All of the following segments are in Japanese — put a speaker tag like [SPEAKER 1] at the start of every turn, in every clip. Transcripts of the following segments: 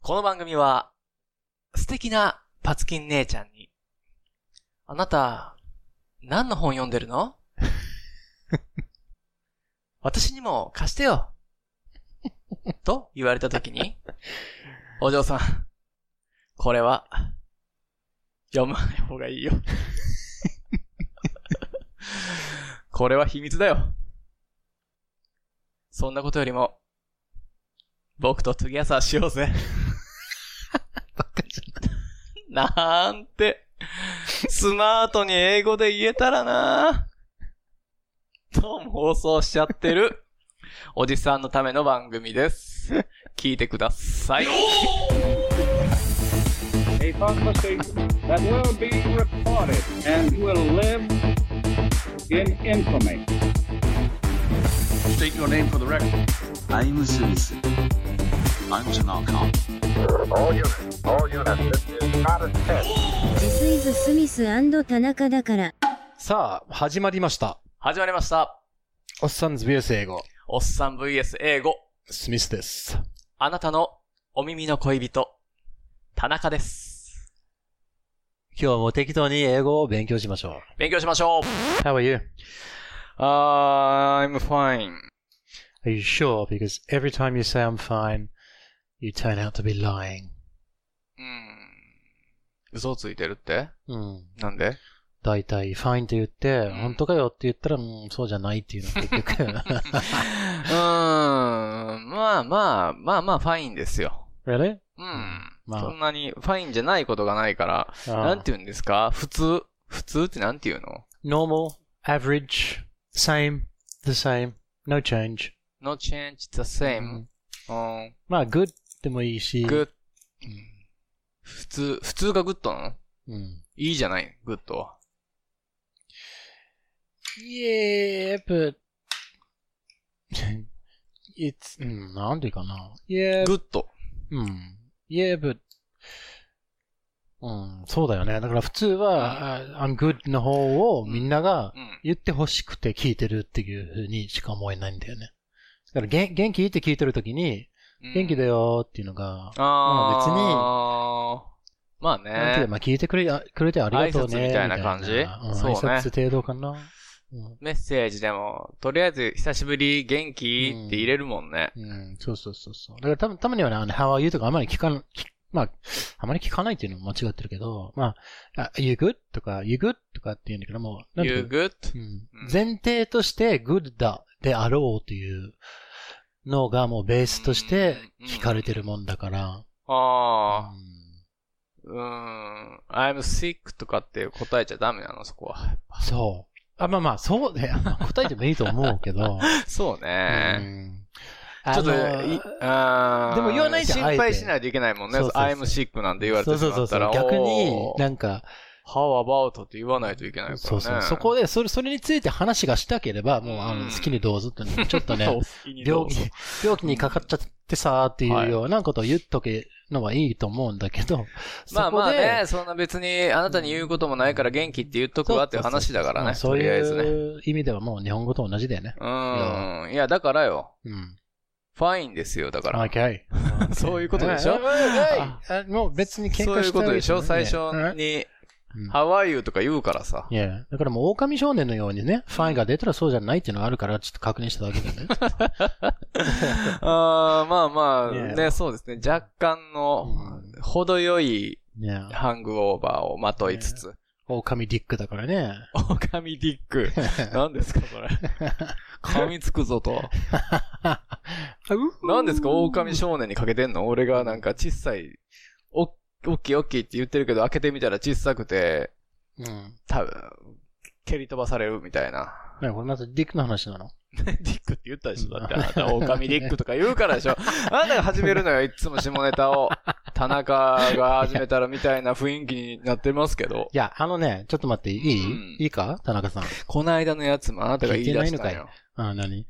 [SPEAKER 1] この番組は、素敵なパツキン姉ちゃんに、あなた、何の本読んでるの 私にも貸してよ。と言われたときに、お嬢さん、これは、読まない方がいいよ。これは秘密だよ。そんなことよりも、僕と次朝しようぜ。
[SPEAKER 2] バカじゃな
[SPEAKER 1] な
[SPEAKER 2] い。
[SPEAKER 1] んて、スマートに英語で言えたらなと妄想しちゃってる、おじさんのための番組です。聞いてください。
[SPEAKER 3] a conversation that will be recorded and will live in infamy. State your name for the record.
[SPEAKER 4] I'm a citizen. I'm Tanaka.
[SPEAKER 5] All units, all units, this is not a test.
[SPEAKER 6] ジスイズ・スミス田中だから。
[SPEAKER 2] さあ、始まりました。
[SPEAKER 1] 始まりました。
[SPEAKER 2] おっさんズビュース英語、
[SPEAKER 1] おっさん VS 英語、
[SPEAKER 2] スミスです。
[SPEAKER 1] あなたのお耳の恋人、田中です。
[SPEAKER 2] 今日も適当に英語を勉強しましょ
[SPEAKER 1] 勉強しましょう。
[SPEAKER 2] う。How are you?
[SPEAKER 1] I'm fine.
[SPEAKER 2] Are you sure? Because every time you say I'm fine, you turn out to be lying.
[SPEAKER 1] うん。嘘ついてるって
[SPEAKER 2] うん。
[SPEAKER 1] なんで
[SPEAKER 2] だいたい fine って言って、
[SPEAKER 1] うん
[SPEAKER 2] 本当かよって言ったら、うん、そうじゃないっていうの、結局。
[SPEAKER 1] うーん。まあまあ、まあまあ、ファインですよ。
[SPEAKER 2] really?
[SPEAKER 1] うん。
[SPEAKER 2] まあ
[SPEAKER 1] そんなにファインじゃないことがないから、
[SPEAKER 2] Ah.
[SPEAKER 1] なんて言うんですか普通普通ってなんて言うの
[SPEAKER 2] normal, average, same, the same, no change.
[SPEAKER 1] ?no change the
[SPEAKER 2] う
[SPEAKER 1] same.
[SPEAKER 2] ん
[SPEAKER 1] うん。
[SPEAKER 2] まあ、good でもいいし、
[SPEAKER 1] good. 普通、普通がグッドなの
[SPEAKER 2] うん。
[SPEAKER 1] いいじゃないグッドは。
[SPEAKER 2] Yeah, but, it's, うん、なんでかな。Yeah,
[SPEAKER 1] グッド。
[SPEAKER 2] うん。Yeah, but, うん、そうだよね。だから普通は、あ I'm good の方をみんなが
[SPEAKER 1] うん。
[SPEAKER 2] 言って欲しくて聞いてるっていうふうにしか思えないんだよね。だから元元気って聞いてるときに、
[SPEAKER 1] うん
[SPEAKER 2] 元気だ。よーっていうのが、
[SPEAKER 1] ああ。まあ
[SPEAKER 2] なんていうか
[SPEAKER 1] ね。
[SPEAKER 2] まあ聞いてくれあくれてありがとうね。
[SPEAKER 1] 挨拶みたいな感じ
[SPEAKER 2] うん
[SPEAKER 1] そうね
[SPEAKER 2] 挨拶程度かな。うん
[SPEAKER 1] メッセージでも、とりあえず久しぶり元気って入れるもんね。
[SPEAKER 2] うん、そうそうそうそう。だからたまたまにはね、あの、How are you? とかあまり聞かん、きまあ、あまり聞かないっていうのも間違ってるけど、まあ、あ You good? とか You good? とかって言うんだけどもう、なんてい
[SPEAKER 1] you
[SPEAKER 2] うか
[SPEAKER 1] good?
[SPEAKER 2] うん
[SPEAKER 1] うん
[SPEAKER 2] 前提として good だであろうというのがもうベースとして聞かれてるもんだから。
[SPEAKER 1] ああ。
[SPEAKER 2] う
[SPEAKER 1] うーん。I'm sick とかって答えちゃダメなの、そこ は。
[SPEAKER 2] んそう。あ、まあまあ、そうね。答えてもいいと思う けど。
[SPEAKER 1] そう
[SPEAKER 2] う
[SPEAKER 1] ね。
[SPEAKER 2] ん
[SPEAKER 1] ちょっと、
[SPEAKER 2] あの
[SPEAKER 1] いあー
[SPEAKER 2] でも言わないじゃん
[SPEAKER 1] 心
[SPEAKER 2] あえ
[SPEAKER 1] 配
[SPEAKER 2] て
[SPEAKER 1] しないといけないもんね。
[SPEAKER 2] そうそうそう
[SPEAKER 1] I'm sick なんて言われて
[SPEAKER 2] そう
[SPEAKER 1] し
[SPEAKER 2] そう
[SPEAKER 1] ま
[SPEAKER 2] そ
[SPEAKER 1] っ
[SPEAKER 2] う
[SPEAKER 1] た
[SPEAKER 2] そう
[SPEAKER 1] ら、
[SPEAKER 2] 逆に
[SPEAKER 1] お、ー
[SPEAKER 2] なんか、
[SPEAKER 1] How about って言わないといけないからね。
[SPEAKER 2] そうそう。そこで、それ、それについて話がしたければ、もう、あ
[SPEAKER 1] うん
[SPEAKER 2] の、好きにどうぞっていうの、ちょっ とね、
[SPEAKER 1] お好きにど
[SPEAKER 2] 病
[SPEAKER 1] う
[SPEAKER 2] 気
[SPEAKER 1] ぞ、
[SPEAKER 2] 病気にかかっちゃってさーっていうようなことを言っとけのはいいと思うんだけど、そ
[SPEAKER 1] まあま
[SPEAKER 2] こ
[SPEAKER 1] あね
[SPEAKER 2] で、、
[SPEAKER 1] そんな別にあなたに言うこともないから元気って言っとくわっていう話だからね。
[SPEAKER 2] そ
[SPEAKER 1] と
[SPEAKER 2] うそう
[SPEAKER 1] りあえず
[SPEAKER 2] そう
[SPEAKER 1] ね。
[SPEAKER 2] そういう意味ではもう日本語と同じだよね。
[SPEAKER 1] うーん。いや、だからよ。
[SPEAKER 2] うん。
[SPEAKER 1] ファインですよ、だから。
[SPEAKER 2] Okay.
[SPEAKER 1] そういうことでしょ
[SPEAKER 2] ああああもう別に喧嘩した
[SPEAKER 1] そういうことでしょ最初
[SPEAKER 2] ね
[SPEAKER 1] に、
[SPEAKER 2] うん
[SPEAKER 1] How are you とか言うからさ。
[SPEAKER 2] いや、だからもう狼少年のようにね、ファインが出たらそうじゃないっていうのがあるから、ちょっと確認しただけだよね。
[SPEAKER 1] あーまあまあ、
[SPEAKER 2] Yeah.
[SPEAKER 1] ね、そうですね。若干の、程よい
[SPEAKER 2] いや、
[SPEAKER 1] ハングオーバーをまといつつ。
[SPEAKER 2] 狼ディックだか らね。
[SPEAKER 1] オカミディック。何ですか、そ れ。噛みつくぞと。何ですか、オオカミ少年にかけてんの俺がなんか小さい、おっ、おっきいおっきいって言ってるけど、開けてみたら小さくて、
[SPEAKER 2] うん。
[SPEAKER 1] 多分蹴り飛ばされるみたいな。
[SPEAKER 2] ねこれまたディックの話なの
[SPEAKER 1] ディックって言ったでしょだって、あなた、狼ディックとか言うからでし ょあなたが始めるのよ、いつも下ネタを。田中が始めたらみたいな雰囲気になってますけど。
[SPEAKER 2] いや、あのね、ちょっと待って、いい、
[SPEAKER 1] うん
[SPEAKER 2] いいか田中さん。
[SPEAKER 1] この間のやつもあなたが言い出したの
[SPEAKER 2] 聞いてないの
[SPEAKER 1] よ。
[SPEAKER 2] あ、何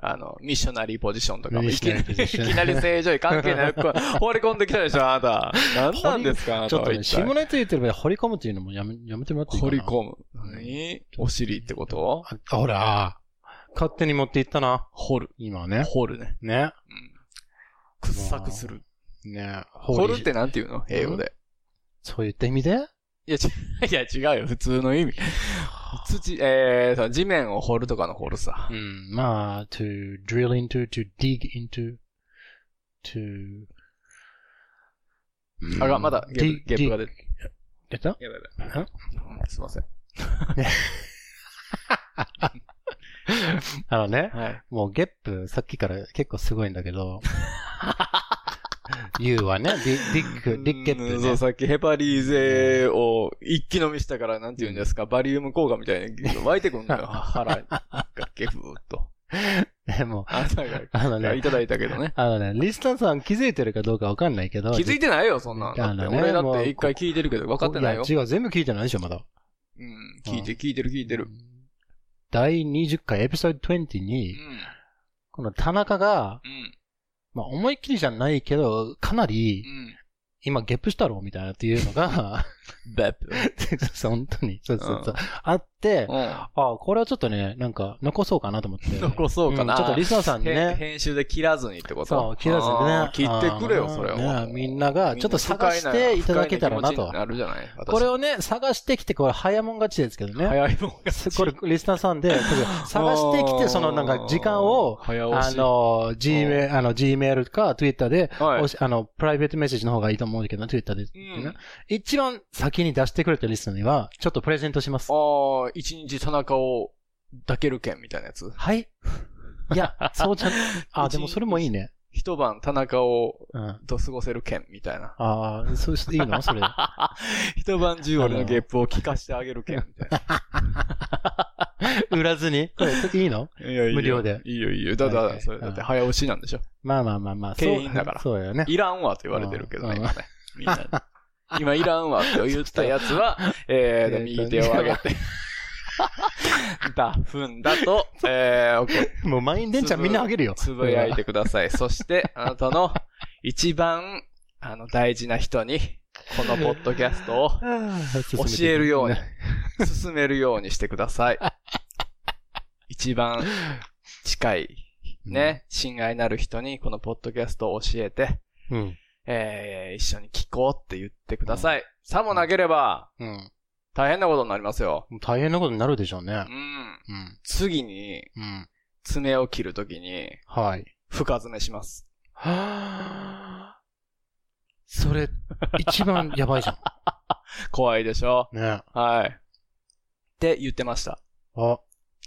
[SPEAKER 1] あの、ミッショナリーポジションとかも
[SPEAKER 2] ミッ
[SPEAKER 1] い
[SPEAKER 2] シ
[SPEAKER 1] き
[SPEAKER 2] ョ
[SPEAKER 1] な
[SPEAKER 2] ナ
[SPEAKER 1] り
[SPEAKER 2] リーポジ、
[SPEAKER 1] い
[SPEAKER 2] ション
[SPEAKER 1] きなり正常位関係なく放り込んできたでしょ、あなた。何なんですか、あな
[SPEAKER 2] ち
[SPEAKER 1] た
[SPEAKER 2] ょっ
[SPEAKER 1] は
[SPEAKER 2] とね、
[SPEAKER 1] 一
[SPEAKER 2] 下
[SPEAKER 1] 体。
[SPEAKER 2] ネタ言ってる場合、掘り込むっていうのもやめ、やめてもらっていい
[SPEAKER 1] 掘
[SPEAKER 2] かな
[SPEAKER 1] り込む。何お尻ってこと
[SPEAKER 2] ああ、ほら、あ勝手に持っていったな。
[SPEAKER 1] 掘る。
[SPEAKER 2] 今ね。
[SPEAKER 1] 掘るね。
[SPEAKER 2] ね。
[SPEAKER 1] 掘削する。
[SPEAKER 2] ねホ
[SPEAKER 1] 掘るってなんて言うの英語で。
[SPEAKER 2] そういった意味で
[SPEAKER 1] いや、ち いや違うよ。普通の意味。土、えーそう、地面を掘るとかの掘るさ
[SPEAKER 2] う。ん、まあ、to drill into, to dig into, to...
[SPEAKER 1] あが、まだゲップ
[SPEAKER 2] dig-
[SPEAKER 1] ゲップが
[SPEAKER 2] dig-
[SPEAKER 1] 出て。
[SPEAKER 2] 出た
[SPEAKER 1] やばいやばいうんすいません。
[SPEAKER 2] あのね、
[SPEAKER 1] はい。
[SPEAKER 2] もうゲップさっきから結構すごいんだ けど、言うわね、dig, dig, dig ゲッ
[SPEAKER 1] う
[SPEAKER 2] プ
[SPEAKER 1] んそう、
[SPEAKER 2] ね。
[SPEAKER 1] さっきヘパリーゼを一気飲みしたから、なんて言うんですか、バリウム効果みたいに湧いてくんの よ。腹がゲフーっと。
[SPEAKER 2] で も、
[SPEAKER 1] 朝が、
[SPEAKER 2] あの
[SPEAKER 1] い
[SPEAKER 2] ね、
[SPEAKER 1] ただいたけどね。
[SPEAKER 2] あのね、リスナーさん気づいてるかどうかわかんないけど、
[SPEAKER 1] 気づいてないよ、そんなん。だ
[SPEAKER 2] だ
[SPEAKER 1] って
[SPEAKER 2] ね
[SPEAKER 1] 俺だっ
[SPEAKER 2] もう
[SPEAKER 1] て一回聞いてるけど、分かってないよ
[SPEAKER 2] い。や違う、全部聞いてないでしょ、まだ。
[SPEAKER 1] うん。聞いて、聞いてる、聞いてる。
[SPEAKER 2] 第20回、エピソード20
[SPEAKER 1] う
[SPEAKER 2] に、
[SPEAKER 1] ん。
[SPEAKER 2] この田中が、
[SPEAKER 1] うん。
[SPEAKER 2] まあ、思いっきりじゃないけど、かなり
[SPEAKER 1] う、ん。
[SPEAKER 2] 今ゲップしたろ、みたいなっていうのが、
[SPEAKER 1] ベッ プ。
[SPEAKER 2] そう本当に、そうそうそうう、あって、
[SPEAKER 1] う
[SPEAKER 2] あこれはちょっとね、なんか、残そうかなと思って。
[SPEAKER 1] ん。残そうかな。
[SPEAKER 2] んちょっとリスナーさんに
[SPEAKER 1] へん
[SPEAKER 2] ね、
[SPEAKER 1] 編集で切らずにってこと
[SPEAKER 2] そう、切らずに
[SPEAKER 1] あ
[SPEAKER 2] ね
[SPEAKER 1] ー。切ってくれよ、
[SPEAKER 2] あー
[SPEAKER 1] それは。
[SPEAKER 2] ねみんなが、ちょっと探していただけたらな
[SPEAKER 1] 不快
[SPEAKER 2] と
[SPEAKER 1] 気持ちに。なるじゃない私
[SPEAKER 2] これをね、探してきて、これ早もん勝ちですけどね。
[SPEAKER 1] 早いもんが。
[SPEAKER 2] これ、リスナーさん で、探してきて、そのなんか時間を、
[SPEAKER 1] 早押し、
[SPEAKER 2] あ
[SPEAKER 1] あの、
[SPEAKER 2] の、G メあの、Gmail か Twitter で、
[SPEAKER 1] はい
[SPEAKER 2] おしあの、プライベートメッセージの方がいいと思うんだけど、Twitter で、
[SPEAKER 1] うん
[SPEAKER 2] 一番先に出してくれたリストには、ちょっとプレゼントします。
[SPEAKER 1] ああ、一日田中を抱ける券みたいなやつ。
[SPEAKER 2] はい。いや、そうじゃ、 あ、でもそれもいいね。
[SPEAKER 1] 一晩田中を
[SPEAKER 2] うん。あ
[SPEAKER 1] と過ごせる券みたいな。
[SPEAKER 2] あー、そうしていいのそれ。
[SPEAKER 1] 一晩中俺のゲップを聞かしてあげる券みたいな。
[SPEAKER 2] 売らずにこれ、いいの
[SPEAKER 1] いやいいよ
[SPEAKER 2] 無料で
[SPEAKER 1] いいよいいよ。だだ
[SPEAKER 2] は、い
[SPEAKER 1] それだって早押しなんでしょ。
[SPEAKER 2] まあまあまあまあ、
[SPEAKER 1] 経費だから
[SPEAKER 2] そうそうよね。
[SPEAKER 1] いらんわと言われてるけどね、
[SPEAKER 2] うん
[SPEAKER 1] 今ね。みんなに。今いらんわって言ったやつ は、えーと、
[SPEAKER 2] えーと
[SPEAKER 1] 右手を上げ て。だ、ふんだと、えー、お
[SPEAKER 2] もう満員電車みんなあげるよ。
[SPEAKER 1] つぶやいてください。そして、あなたの一番、あの、大事な人に、このポッドキャストを
[SPEAKER 2] 教
[SPEAKER 1] 教えるように、進めるようにしてください。一番近い、ね、親愛なる人にこのポッドキャストを教えて、
[SPEAKER 2] うん。
[SPEAKER 1] えー、一緒に聞こうって言ってください。さもなければ、
[SPEAKER 2] うん。
[SPEAKER 1] 大変なことになりますよ。
[SPEAKER 2] うん。大変なことになるでしょうね
[SPEAKER 1] う。ん。
[SPEAKER 2] うん。
[SPEAKER 1] 次に、
[SPEAKER 2] うん。
[SPEAKER 1] 爪を切るときに、
[SPEAKER 2] はい。
[SPEAKER 1] 深爪します。
[SPEAKER 2] はあそれ、一番やばいじゃ
[SPEAKER 1] 怖いでしょ
[SPEAKER 2] ん。ね。
[SPEAKER 1] はい。って言ってました。
[SPEAKER 2] あ、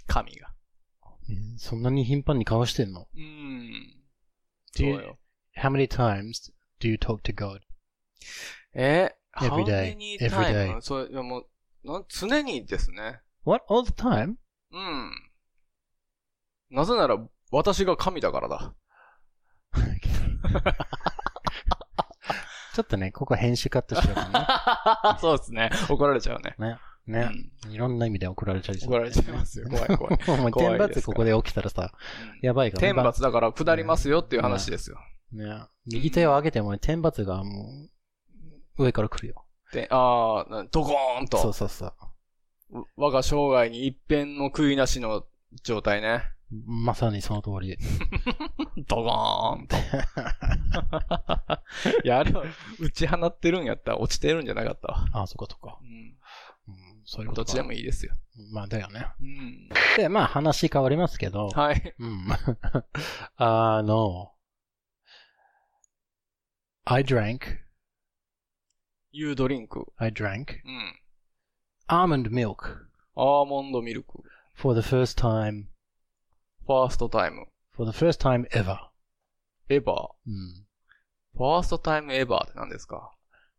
[SPEAKER 1] 神が。
[SPEAKER 2] そんなに頻繁に顔してんの
[SPEAKER 1] うん。
[SPEAKER 2] Do
[SPEAKER 1] そう
[SPEAKER 2] you-
[SPEAKER 1] よ。
[SPEAKER 2] ?How many times do you talk to God?
[SPEAKER 1] え
[SPEAKER 2] Every day.
[SPEAKER 1] How many
[SPEAKER 2] Every
[SPEAKER 1] time?
[SPEAKER 2] day.
[SPEAKER 1] そう、いやもう、なん常にですね。
[SPEAKER 2] What? All the time?
[SPEAKER 1] うん。なぜなら、私が神だからだ。
[SPEAKER 2] ちょっとね、ここ編集カットしよ うか
[SPEAKER 1] そうですね。怒られちゃうね。
[SPEAKER 2] な。ね。いろんな意味で怒られちゃいそう
[SPEAKER 1] 怒られちゃい ますよ。怖い怖い。
[SPEAKER 2] もう
[SPEAKER 1] 怖
[SPEAKER 2] 天
[SPEAKER 1] いですから
[SPEAKER 2] 罰ここで起きたらさ、やばいから
[SPEAKER 1] 天罰だから下りますよっていう話ですよ。
[SPEAKER 2] ね。右手を上げても天罰がもう、上から来るよ。
[SPEAKER 1] で、ああ、ドコーン
[SPEAKER 2] そ
[SPEAKER 1] と
[SPEAKER 2] う。そうそう。
[SPEAKER 1] 我が生涯に一遍の悔いなしの状態ね。
[SPEAKER 2] まさにその通り。
[SPEAKER 1] ドコー ンと。いや、あれは打ち放ってるんやったら落ちてるんじゃなかったわ。
[SPEAKER 2] あ、そっかそっか
[SPEAKER 1] う。ん。
[SPEAKER 2] うんそういうこ
[SPEAKER 1] ど
[SPEAKER 2] と
[SPEAKER 1] っちでも
[SPEAKER 2] いい。
[SPEAKER 1] いいですよ。
[SPEAKER 2] まあだよね。
[SPEAKER 1] うん。
[SPEAKER 2] で、まあ話変わりますけど、
[SPEAKER 1] はい。
[SPEAKER 2] うん。 あの、I drank,
[SPEAKER 1] You drink.
[SPEAKER 2] I drank
[SPEAKER 1] うん。
[SPEAKER 2] almond milk
[SPEAKER 1] アーモンドミルク。
[SPEAKER 2] for the first time,
[SPEAKER 1] ファーストタイム。
[SPEAKER 2] for the first time ever.
[SPEAKER 1] エヴァ
[SPEAKER 2] うん。
[SPEAKER 1] ファーストタイムエヴァって何ですか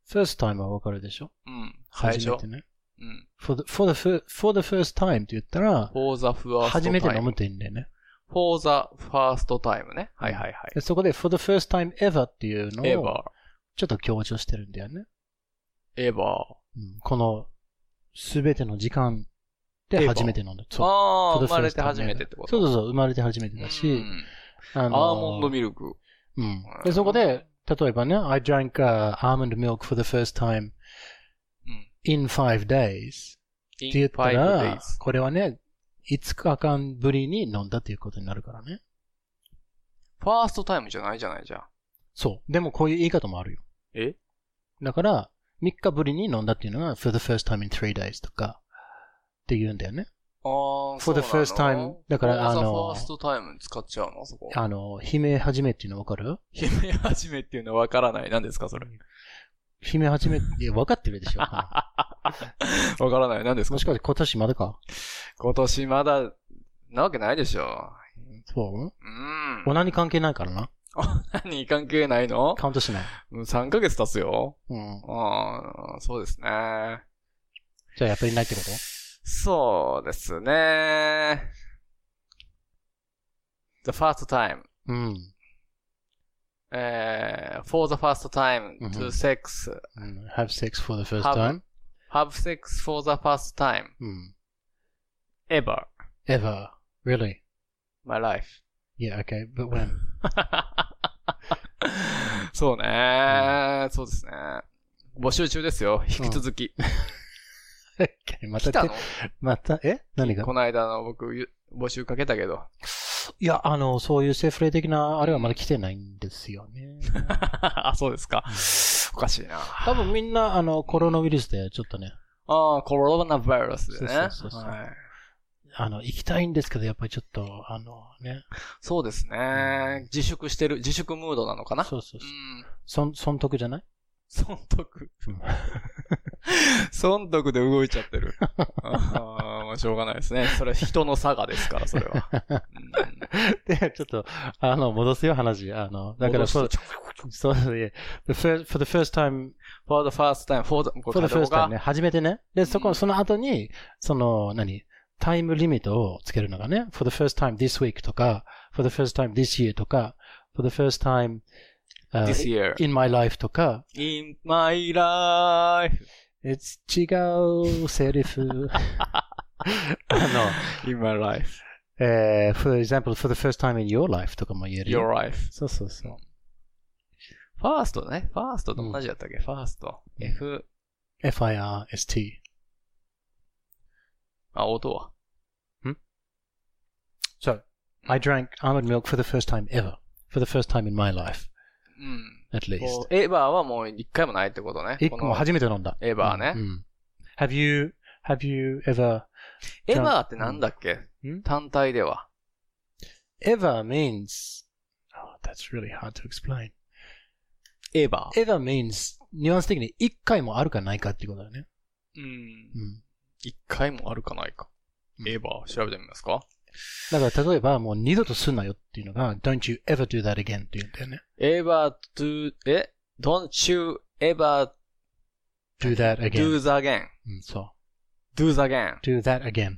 [SPEAKER 2] first time はわかるでしょ
[SPEAKER 1] うん。最初
[SPEAKER 2] 初め。てね。
[SPEAKER 1] うん。
[SPEAKER 2] for the, for the, fir- for the first time って言ったら、
[SPEAKER 1] For the first time.
[SPEAKER 2] 初めて飲むって言うんだよね。
[SPEAKER 1] For the first time ね。はいはいはい。
[SPEAKER 2] でそこで for the first time ever っていうの
[SPEAKER 1] エヴ
[SPEAKER 2] を
[SPEAKER 1] ァ、
[SPEAKER 2] ちょっと強調してるんだよね。
[SPEAKER 1] エヴァ。あ
[SPEAKER 2] うん、この、すべての時間で
[SPEAKER 1] ever
[SPEAKER 2] 初めて飲んだ。そう
[SPEAKER 1] あー、生
[SPEAKER 2] For the
[SPEAKER 1] まれて
[SPEAKER 2] first time
[SPEAKER 1] 初めてってこと
[SPEAKER 2] そうそうそう、生まれて初めてだ
[SPEAKER 1] う
[SPEAKER 2] し、
[SPEAKER 1] ん
[SPEAKER 2] あ
[SPEAKER 1] アーモンドミルク。
[SPEAKER 2] うん。で、そこで、例えばね、I drank、uh, almond milk for the first time
[SPEAKER 1] うん。
[SPEAKER 2] in five days って言
[SPEAKER 1] In
[SPEAKER 2] った
[SPEAKER 1] five days.
[SPEAKER 2] ら、これはね、5日間ぶりに飲んだということになるからね。
[SPEAKER 1] ファーストタイムじゃないじゃないじゃん。
[SPEAKER 2] そう。でもこういう言い方もあるよ。
[SPEAKER 1] え
[SPEAKER 2] だから、3日ぶりに飲んだっていうのが、for the first time in three days とか、って言うんだよね。
[SPEAKER 1] あー
[SPEAKER 2] For the
[SPEAKER 1] そうな
[SPEAKER 2] first
[SPEAKER 1] の
[SPEAKER 2] time だから
[SPEAKER 1] For
[SPEAKER 2] あ
[SPEAKER 1] the
[SPEAKER 2] の
[SPEAKER 1] first time 使っちゃうのそこ。
[SPEAKER 2] あの、悲鳴始めっていうのわかる
[SPEAKER 1] 姫始めっていうのはわからない。何ですかそれ。
[SPEAKER 2] 悲鳴 始めって、わかってるでしょ。も
[SPEAKER 1] わからない。何ですか
[SPEAKER 2] しかして今年まだか
[SPEAKER 1] 今年まだ、なわけないでしょ。
[SPEAKER 2] そう
[SPEAKER 1] ー。
[SPEAKER 2] うん何関係ないからな。
[SPEAKER 1] 何関係ないの
[SPEAKER 2] カウントしない。
[SPEAKER 1] うん ?3 ヶ月経つよ。
[SPEAKER 2] うん。
[SPEAKER 1] ああ、そうですね。
[SPEAKER 2] じゃあやっぱりないってこと
[SPEAKER 1] そうですね。The first time.
[SPEAKER 2] うん。
[SPEAKER 1] えー for the first time
[SPEAKER 2] うん
[SPEAKER 1] to sex.
[SPEAKER 2] うん have sex for the first
[SPEAKER 1] Have
[SPEAKER 2] time?
[SPEAKER 1] Have sex for the first time
[SPEAKER 2] うん。
[SPEAKER 1] ever.
[SPEAKER 2] ever. Really?
[SPEAKER 1] My life.
[SPEAKER 2] Yeah, okay, but when?
[SPEAKER 1] そうね、そうですね。募集中ですよ。引き続き。
[SPEAKER 2] okay, ま
[SPEAKER 1] 来
[SPEAKER 2] た
[SPEAKER 1] たの
[SPEAKER 2] て、また、え何が
[SPEAKER 1] この間の僕、ゆ募集かけたけ ど。
[SPEAKER 2] いや、あの、そういうセフレ的な、あれはまだ来てないんですよね。
[SPEAKER 1] あ、そうですか。おかしいな。
[SPEAKER 2] 多分みんな、あの、コロナウイルスでちょっとね、
[SPEAKER 1] ああ、コロナウイルスでね。
[SPEAKER 2] そうそうそうそう
[SPEAKER 1] はい
[SPEAKER 2] あの、行きたいんですけど、やっぱりちょっと、あのね、
[SPEAKER 1] そうですね。自粛してる、自粛ムードなのかな。
[SPEAKER 2] そうそうそうう。
[SPEAKER 1] ん。
[SPEAKER 2] そん、損得じゃ ない
[SPEAKER 1] 損得
[SPEAKER 2] うん。
[SPEAKER 1] 損得で動いちゃってる。ああ、まあしょうがないですね。それは人の差がですから、それは。うん
[SPEAKER 2] で、ちょっと、あの、戻すよ、話。あの、だから、そう
[SPEAKER 1] 戻、
[SPEAKER 2] そう、で、the first, for the first time,
[SPEAKER 1] for the first time, for the,
[SPEAKER 2] for the first time ね、
[SPEAKER 1] ね。
[SPEAKER 2] 初めてね。で、そうこ、
[SPEAKER 1] ん
[SPEAKER 2] その後に、その、何タイムリミットをつけるのがね、for the first time this week とか、for the first time this year とか、for the first time, uh,
[SPEAKER 1] this year,
[SPEAKER 2] in my life とか、
[SPEAKER 1] in my life,
[SPEAKER 2] え違うセリフ。あ の、
[SPEAKER 1] in my life,
[SPEAKER 2] えー Uh, for example, for the first time in your life とかも言えるよ。
[SPEAKER 1] your life.
[SPEAKER 2] そうそうそう。
[SPEAKER 1] ファーストね。ファーストと同じだったっけ、ファースト。F、
[SPEAKER 2] f-i-r-s-t.
[SPEAKER 1] あ、音は。
[SPEAKER 2] So, I drank almond milk for the first time ever. For the first time in my life,
[SPEAKER 1] うん。
[SPEAKER 2] at least.
[SPEAKER 1] こうエヴァーはもう一回もないってことね。
[SPEAKER 2] 一
[SPEAKER 1] こ
[SPEAKER 2] 個
[SPEAKER 1] の
[SPEAKER 2] も初めて飲んだ。
[SPEAKER 1] エヴァーね
[SPEAKER 2] うん。うん Mm, Have you, have you ever,
[SPEAKER 1] エヴァーってなんだっけ
[SPEAKER 2] ん
[SPEAKER 1] 単体では。
[SPEAKER 2] ever means, oh, that's really hard to explain.
[SPEAKER 1] エヴァー。
[SPEAKER 2] ever means, ニュアンス的に一回もあるかないかっていうことだよね。
[SPEAKER 1] うん
[SPEAKER 2] うん。
[SPEAKER 1] 一回もあるかないか。
[SPEAKER 2] うん
[SPEAKER 1] エヴァー調べてみますか
[SPEAKER 2] だから例えばもう二度とすんなよっていうのが、don't you ever do that again っていうんだよね。
[SPEAKER 1] エヴァー do, え ?don't you ever
[SPEAKER 2] do that
[SPEAKER 1] do
[SPEAKER 2] again.
[SPEAKER 1] the again.
[SPEAKER 2] うん、そう。
[SPEAKER 1] do the again.
[SPEAKER 2] do that again.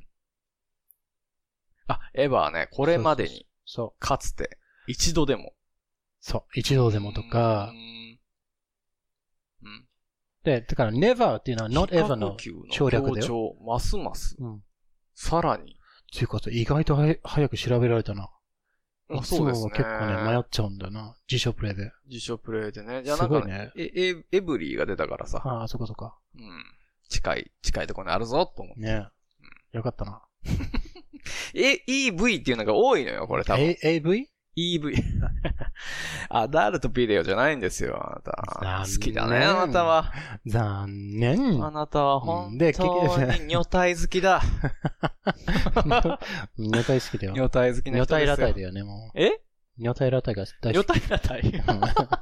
[SPEAKER 1] あ、エヴァーね、これまでに、
[SPEAKER 2] そう。
[SPEAKER 1] かつて、一度でも。
[SPEAKER 2] そう。一度でもとか
[SPEAKER 1] う。ん。うん。
[SPEAKER 2] で、だから never っていうのは not ever の
[SPEAKER 1] 比較級
[SPEAKER 2] 省略だよ。
[SPEAKER 1] 強調ますます、
[SPEAKER 2] うん。
[SPEAKER 1] さらに。
[SPEAKER 2] ということ、意外とはや早く調べられたな。
[SPEAKER 1] あそうですね。
[SPEAKER 2] いつもは結構ね、迷っちゃうんだよな。辞書プレイで。
[SPEAKER 1] 辞書プレイでね。じゃあな
[SPEAKER 2] す
[SPEAKER 1] ん
[SPEAKER 2] ご
[SPEAKER 1] か、
[SPEAKER 2] いね。
[SPEAKER 1] え、え、エブリーが出たからさ。
[SPEAKER 2] ああ、そこそこ。
[SPEAKER 1] うん。近い、近いところにあるぞ、と思って。
[SPEAKER 2] ねよかったな。
[SPEAKER 1] え、EV っていうのが多いのよ、これ多分。
[SPEAKER 2] A、AV?
[SPEAKER 1] EV。アダルトビデオじゃないんですよ、あなた。
[SPEAKER 2] 残念
[SPEAKER 1] 好きだね、あなたは。
[SPEAKER 2] 残念。
[SPEAKER 1] あなたは本
[SPEAKER 2] で結
[SPEAKER 1] 当
[SPEAKER 2] 局
[SPEAKER 1] に女体好きだ。
[SPEAKER 2] 女体好きだよ。
[SPEAKER 1] 女体好きな
[SPEAKER 2] 女
[SPEAKER 1] 人です
[SPEAKER 2] 体
[SPEAKER 1] よ。
[SPEAKER 2] 裸体だよね、もう。
[SPEAKER 1] え
[SPEAKER 2] 女体裸体が大
[SPEAKER 1] 女
[SPEAKER 2] 好き。
[SPEAKER 1] 体裸体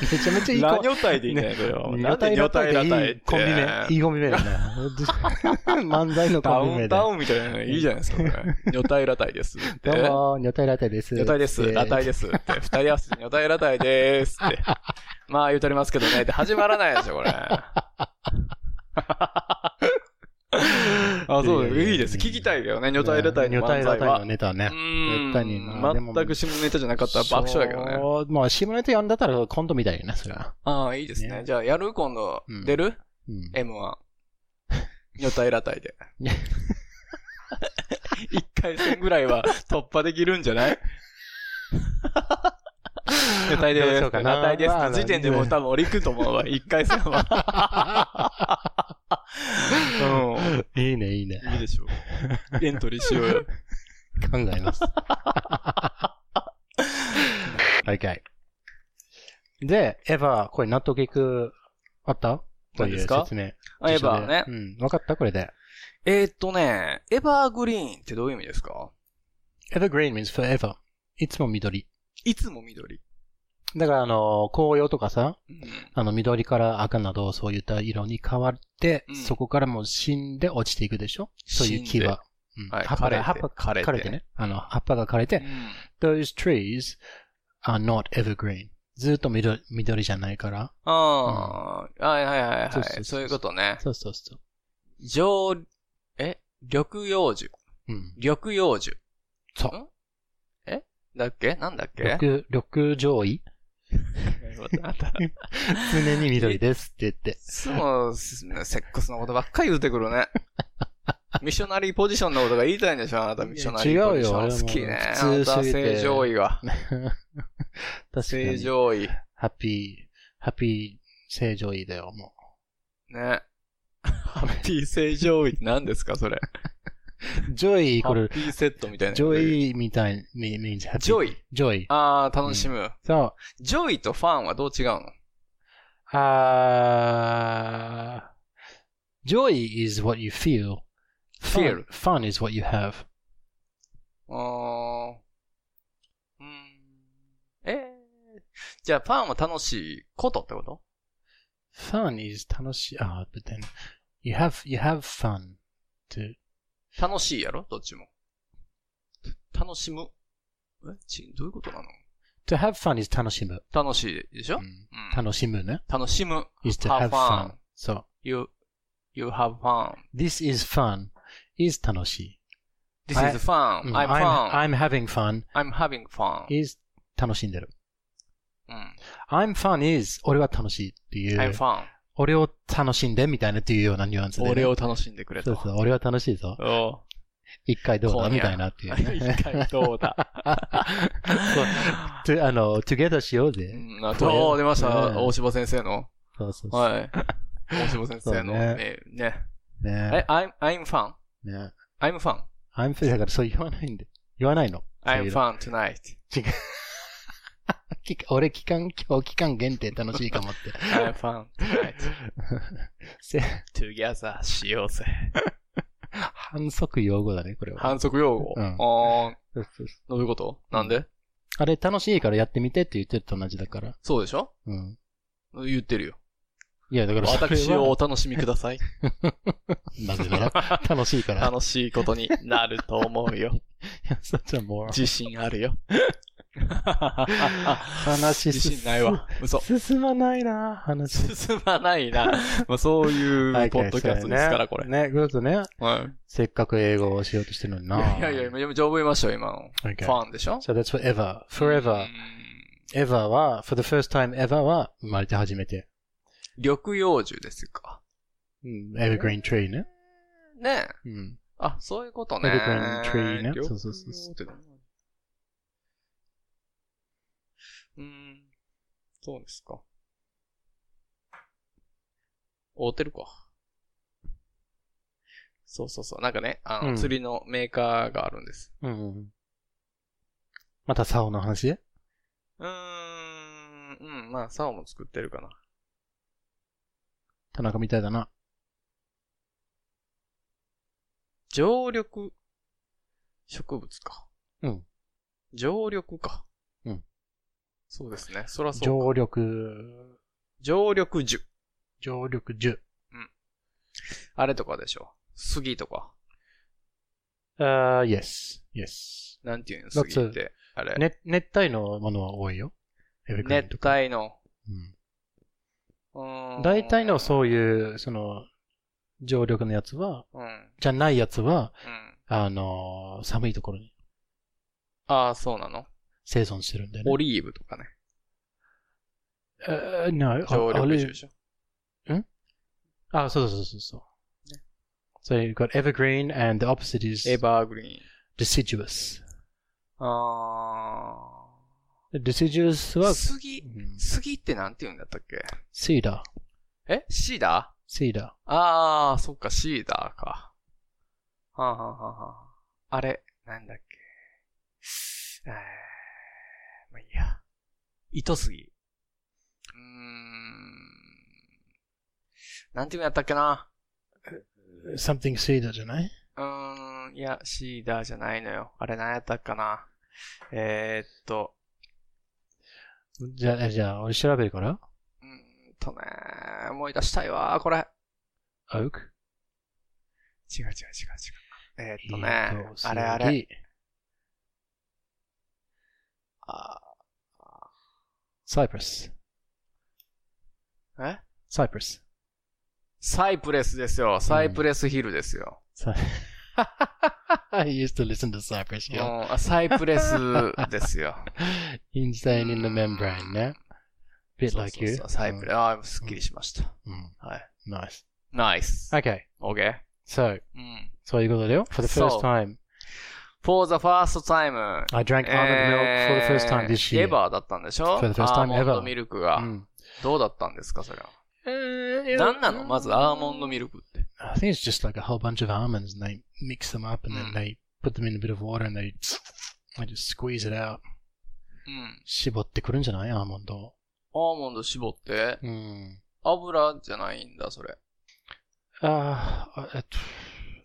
[SPEAKER 2] めちゃめちゃいい
[SPEAKER 1] ラ
[SPEAKER 2] 子。
[SPEAKER 1] 女体でいいんだよ、それは。なんで女体
[SPEAKER 2] 女体
[SPEAKER 1] 裸
[SPEAKER 2] 裸
[SPEAKER 1] 体
[SPEAKER 2] 体
[SPEAKER 1] っ
[SPEAKER 2] ってていいコンビ名。いいコンビ名だね。 漫才の
[SPEAKER 1] ダ
[SPEAKER 2] コンビ
[SPEAKER 1] ウン
[SPEAKER 2] 名で。
[SPEAKER 1] タウンみたいなのいいじゃないですか、 これ。女体裸体ですって。
[SPEAKER 2] どうも、女体裸体です。
[SPEAKER 1] 女体です、裸体
[SPEAKER 2] す。
[SPEAKER 1] ですって。二人合わせて女体裸体でーす って。まあ言うとりますけどね、って始まらないでしょ、これ。あ、そうです。
[SPEAKER 2] いやいやいや
[SPEAKER 1] いいです。聞きたいけどね、女体裸体の
[SPEAKER 2] 女
[SPEAKER 1] 漫
[SPEAKER 2] 体
[SPEAKER 1] 才
[SPEAKER 2] 裸体
[SPEAKER 1] は
[SPEAKER 2] の。ネタはね。
[SPEAKER 1] うーん
[SPEAKER 2] 絶対にまあでも
[SPEAKER 1] 全く下ネタじゃなかったら爆笑やけどね。
[SPEAKER 2] そう。まあ、下ネタやんだったらコントみたいよね、それは。
[SPEAKER 1] ああ、いいですね。
[SPEAKER 2] ね
[SPEAKER 1] じゃあ、やる今度
[SPEAKER 2] う、ん
[SPEAKER 1] 出る
[SPEAKER 2] うん。
[SPEAKER 1] ?M1。女体裸体で。 一回戦ぐらいは突破できるんじゃない女体で
[SPEAKER 2] どう
[SPEAKER 1] す。
[SPEAKER 2] し
[SPEAKER 1] 女
[SPEAKER 2] ようかな
[SPEAKER 1] 体です
[SPEAKER 2] ま
[SPEAKER 1] っ
[SPEAKER 2] あ
[SPEAKER 1] て時点でもう多分俺行くと思うわ。一回戦は。
[SPEAKER 2] いいね、いいね
[SPEAKER 1] う。ん。いいでしょう。エントリーしようよ。
[SPEAKER 2] 考えます。okay. で、エヴァ、これ納得いく、あったと
[SPEAKER 1] 何
[SPEAKER 2] い
[SPEAKER 1] で
[SPEAKER 2] う
[SPEAKER 1] すか
[SPEAKER 2] 説明。
[SPEAKER 1] あエヴァね
[SPEAKER 2] う。ん。わかったこれで。
[SPEAKER 1] えーっとね、エバーグリーンってどういう意味ですか
[SPEAKER 2] evergreen means forever. いつも緑。
[SPEAKER 1] いつも緑。
[SPEAKER 2] だから、あの、紅葉とかさ、
[SPEAKER 1] うん
[SPEAKER 2] あの、緑から赤など、そういった色に変わって、
[SPEAKER 1] うん
[SPEAKER 2] そこからもう死んで落ちていくでしょそういう木は。うん
[SPEAKER 1] はい
[SPEAKER 2] 葉っぱが、葉
[SPEAKER 1] 枯
[SPEAKER 2] っ
[SPEAKER 1] れて枯れて
[SPEAKER 2] ぱ枯れてね。あの、葉っぱが枯れ
[SPEAKER 1] 死
[SPEAKER 2] て
[SPEAKER 1] んで、うん
[SPEAKER 2] those trees are not evergreen. ずっと緑、緑じゃないから。
[SPEAKER 1] ああ、はいはいはい
[SPEAKER 2] そう
[SPEAKER 1] は
[SPEAKER 2] そうそうそ
[SPEAKER 1] い。
[SPEAKER 2] う
[SPEAKER 1] そういうことね。
[SPEAKER 2] そうそうそう。
[SPEAKER 1] 上、え緑葉樹。
[SPEAKER 2] うん。
[SPEAKER 1] 緑葉樹。。
[SPEAKER 2] そう
[SPEAKER 1] えだっけなんだっけ
[SPEAKER 2] 緑、緑上位 常に緑ですって言って
[SPEAKER 1] い。つも、すセックスのことばっかり言うてくる ね。ミッショナリーポジションのことが言いたいんでしょあなたミッショナリーポジシ
[SPEAKER 2] いや違うよ
[SPEAKER 1] ョ
[SPEAKER 2] 俺
[SPEAKER 1] ン。
[SPEAKER 2] も
[SPEAKER 1] 好きね。あ
[SPEAKER 2] 普
[SPEAKER 1] な
[SPEAKER 2] 通す
[SPEAKER 1] た
[SPEAKER 2] ぎて
[SPEAKER 1] 正常位は。
[SPEAKER 2] 確か
[SPEAKER 1] 正
[SPEAKER 2] に。
[SPEAKER 1] 常位。
[SPEAKER 2] ハッピー、ハッピー正常位だよ、も
[SPEAKER 1] ね。ハッピー正常位って何ですかそ れ。
[SPEAKER 2] う。ジョイイ
[SPEAKER 1] ハ
[SPEAKER 2] コール
[SPEAKER 1] ッ、ピーセットみたいな。
[SPEAKER 2] ジョイみたいに、means happy.
[SPEAKER 1] ジョイ。
[SPEAKER 2] ジョイ。
[SPEAKER 1] ああ、楽しむ。
[SPEAKER 2] そう。
[SPEAKER 1] ジョイとファンはどう違うの
[SPEAKER 2] あー joy is what you feel.
[SPEAKER 1] Feel.
[SPEAKER 2] Fun, fun is what you have.
[SPEAKER 1] あーうん。えー、じゃあ、パンは楽しいことってこと
[SPEAKER 2] Fun is 楽しい。あー、but then you have, you have fun to,
[SPEAKER 1] 楽しいやろどっちも。楽しむ。えち、どういうことなの
[SPEAKER 2] to have fun is 楽しむ。
[SPEAKER 1] 楽しいでしょ、
[SPEAKER 2] う
[SPEAKER 1] うん
[SPEAKER 2] ん楽しむね。
[SPEAKER 1] 楽しむ。
[SPEAKER 2] is to have fun. そう。
[SPEAKER 1] You, you have fun.
[SPEAKER 2] This is fun is 楽しい。
[SPEAKER 1] This is fun.
[SPEAKER 2] うん
[SPEAKER 1] I'm fun.
[SPEAKER 2] I'm having fun
[SPEAKER 1] I'm having fun.
[SPEAKER 2] is 楽しんでる。
[SPEAKER 1] うん。
[SPEAKER 2] I'm fun is 俺は楽しいってい
[SPEAKER 1] I'm
[SPEAKER 2] う。
[SPEAKER 1] fun.
[SPEAKER 2] 俺を楽しんでみたいなっていうようなニュアンスでね。
[SPEAKER 1] 俺を楽しんでくれ
[SPEAKER 2] そ
[SPEAKER 1] と。
[SPEAKER 2] うそう、俺は楽しいぞ。
[SPEAKER 1] おう
[SPEAKER 2] 一回どう
[SPEAKER 1] 今
[SPEAKER 2] だ
[SPEAKER 1] 夜
[SPEAKER 2] みたいなっていう、ね。
[SPEAKER 1] 一回どうだ
[SPEAKER 2] そうとあの、トゥゲダしよう
[SPEAKER 1] う
[SPEAKER 2] ぜ。
[SPEAKER 1] んあと、おー出ました。
[SPEAKER 2] ね
[SPEAKER 1] 大柴先生の。
[SPEAKER 2] そうそうそう。
[SPEAKER 1] はい。大島先生の、
[SPEAKER 2] そうね
[SPEAKER 1] ね、ね。え
[SPEAKER 2] ね、
[SPEAKER 1] I'm, I'm fun.
[SPEAKER 2] ね。
[SPEAKER 1] I'm fun.
[SPEAKER 2] I'm free だからそう言わないんで。言わないの。そうい
[SPEAKER 1] I'm
[SPEAKER 2] うの
[SPEAKER 1] fun tonight.
[SPEAKER 2] き俺、期間、今日期間限定楽しいか もって
[SPEAKER 1] I'm fun tonight.
[SPEAKER 2] せ。
[SPEAKER 1] together しようぜ。
[SPEAKER 2] 反則用語だね、これは。
[SPEAKER 1] 反則用語。
[SPEAKER 2] う
[SPEAKER 1] あ
[SPEAKER 2] ん
[SPEAKER 1] ー
[SPEAKER 2] そうそうそう
[SPEAKER 1] どういうことなんで
[SPEAKER 2] あれ、楽しいからやってみてって言ってると同じだから。
[SPEAKER 1] そうでしょ
[SPEAKER 2] うん。
[SPEAKER 1] 言ってるよ。
[SPEAKER 2] いや、だからそれ
[SPEAKER 1] 私を
[SPEAKER 2] は
[SPEAKER 1] お楽しみくだ さい。
[SPEAKER 2] なぜなら、 楽しいから。
[SPEAKER 1] 楽しいことになると思う よ。
[SPEAKER 2] いや、 そっちはもう。
[SPEAKER 1] 自信あるよ。
[SPEAKER 2] 話
[SPEAKER 1] 自信ないわ。 嘘。
[SPEAKER 2] 進まないな、話。
[SPEAKER 1] 進まないな。まあ、そういうポッドキャストですから、これ。
[SPEAKER 2] ね、グッとね、
[SPEAKER 1] はい。
[SPEAKER 2] せっかく英語をしようとしてるのにな。
[SPEAKER 1] いやいや、めちゃめちゃ覚えましたよ、今の。
[SPEAKER 2] Okay.
[SPEAKER 1] ファンでしょ
[SPEAKER 2] So that's forever. Forever.
[SPEAKER 1] うん
[SPEAKER 2] Ever は、for the first time ever は、生まれて初めて。
[SPEAKER 1] 緑葉樹ですか。
[SPEAKER 2] evergreen tree ね。
[SPEAKER 1] ねえ。
[SPEAKER 2] うん。
[SPEAKER 1] あ、そういうことね。
[SPEAKER 2] Evergreen tree ね
[SPEAKER 1] 緑葉
[SPEAKER 2] そうそうそうそ
[SPEAKER 1] ってどんなうん。そうですか。覆ってるか。そうそうそう。なんかね、あの、
[SPEAKER 2] うん
[SPEAKER 1] 釣りのメーカーがあるんです。
[SPEAKER 2] うん。また、竿の話
[SPEAKER 1] うーん。うん、まあ、竿も作ってるかな。
[SPEAKER 2] 田中みたいだな。
[SPEAKER 1] 常緑植物か。
[SPEAKER 2] うん。
[SPEAKER 1] 常緑か。
[SPEAKER 2] うん。
[SPEAKER 1] そうですね。そらそうか。
[SPEAKER 2] 常緑、
[SPEAKER 1] 常緑樹。
[SPEAKER 2] 常緑樹。
[SPEAKER 1] あれとかでしょ。杉とか。
[SPEAKER 2] あ、yes, yes.
[SPEAKER 1] なんていうの
[SPEAKER 2] That's a-
[SPEAKER 1] 杉って。あれ。
[SPEAKER 2] ね、熱帯のものは多いよ。evergreen
[SPEAKER 1] 熱
[SPEAKER 2] とか。
[SPEAKER 1] 帯の。
[SPEAKER 2] うん
[SPEAKER 1] うーん
[SPEAKER 2] 大体のそういう、その、常緑のやつは、
[SPEAKER 1] うん。うん。
[SPEAKER 2] じゃないやつは、あのー寒いところに
[SPEAKER 1] ああ、そうなの。
[SPEAKER 2] 生存してるんだよね。
[SPEAKER 1] オリーブとかね。
[SPEAKER 2] えー、な、
[SPEAKER 1] 常
[SPEAKER 2] あ
[SPEAKER 1] 緑樹でしょ。
[SPEAKER 2] あ、そうそうそうそう。So you've got evergreen and the opposite is
[SPEAKER 1] エバーグリーン。
[SPEAKER 2] deciduous.
[SPEAKER 1] あ
[SPEAKER 2] deciduous
[SPEAKER 1] あ。
[SPEAKER 2] は、
[SPEAKER 1] 杉。杉ってなんていうんだったっけ
[SPEAKER 2] cedar,
[SPEAKER 1] えシーダー
[SPEAKER 2] cedar.
[SPEAKER 1] ああ、そっか、シーダーか。はあ、はあはあはあ、あれ、なんだっけ。えー、まあいいや。糸杉。なんていうのやったっけな
[SPEAKER 2] something seed じゃないう
[SPEAKER 1] ーん、いや、シーダーじゃないのよ。あれ何やったっかなえー、っと、
[SPEAKER 2] じゃあ、えじゃあ、俺調べるから。
[SPEAKER 1] うーんとね、思い出したいわ、これ。
[SPEAKER 2] oak?
[SPEAKER 1] 違う違う違う違う。えー、っとね、あれあれ。。あ
[SPEAKER 2] cypress。
[SPEAKER 1] え
[SPEAKER 2] cypress。
[SPEAKER 1] サイプレスですよ。サイプレスヒルですよ。
[SPEAKER 2] Cy- I used to listen to cypress,
[SPEAKER 1] うん
[SPEAKER 2] yo.
[SPEAKER 1] あサイプレスです よ。
[SPEAKER 2] Insane in the membrane, ね。
[SPEAKER 1] そうそ
[SPEAKER 2] bit like
[SPEAKER 1] う
[SPEAKER 2] you.
[SPEAKER 1] そうサイプレス。ああ、すっきりしました。
[SPEAKER 2] うん
[SPEAKER 1] はい
[SPEAKER 2] Nice.
[SPEAKER 1] ナイス。
[SPEAKER 2] Okay,
[SPEAKER 1] OK?
[SPEAKER 2] so,
[SPEAKER 1] うん。
[SPEAKER 2] そういうことだよ。For the first
[SPEAKER 1] So-
[SPEAKER 2] time,
[SPEAKER 1] For the first time.
[SPEAKER 2] I drank almond milk for the first time this
[SPEAKER 1] えー
[SPEAKER 2] year.
[SPEAKER 1] ever だったんでしょ
[SPEAKER 2] For the first time
[SPEAKER 1] アーモンド
[SPEAKER 2] ever
[SPEAKER 1] ミルクが。
[SPEAKER 2] うん
[SPEAKER 1] どうだったんですか、それは。何なのまずアーモンドミルクって。
[SPEAKER 2] I think it's just like a whole bunch of almonds and they mix them up and
[SPEAKER 1] Mm.
[SPEAKER 2] then they put them in a bit of water and they, they just squeeze it out.
[SPEAKER 1] うん。
[SPEAKER 2] 絞ってくるんじゃないアーモンドを。
[SPEAKER 1] アーモンド絞って、
[SPEAKER 2] うん。
[SPEAKER 1] 油じゃないんだ、それ。
[SPEAKER 2] ああ、えっと、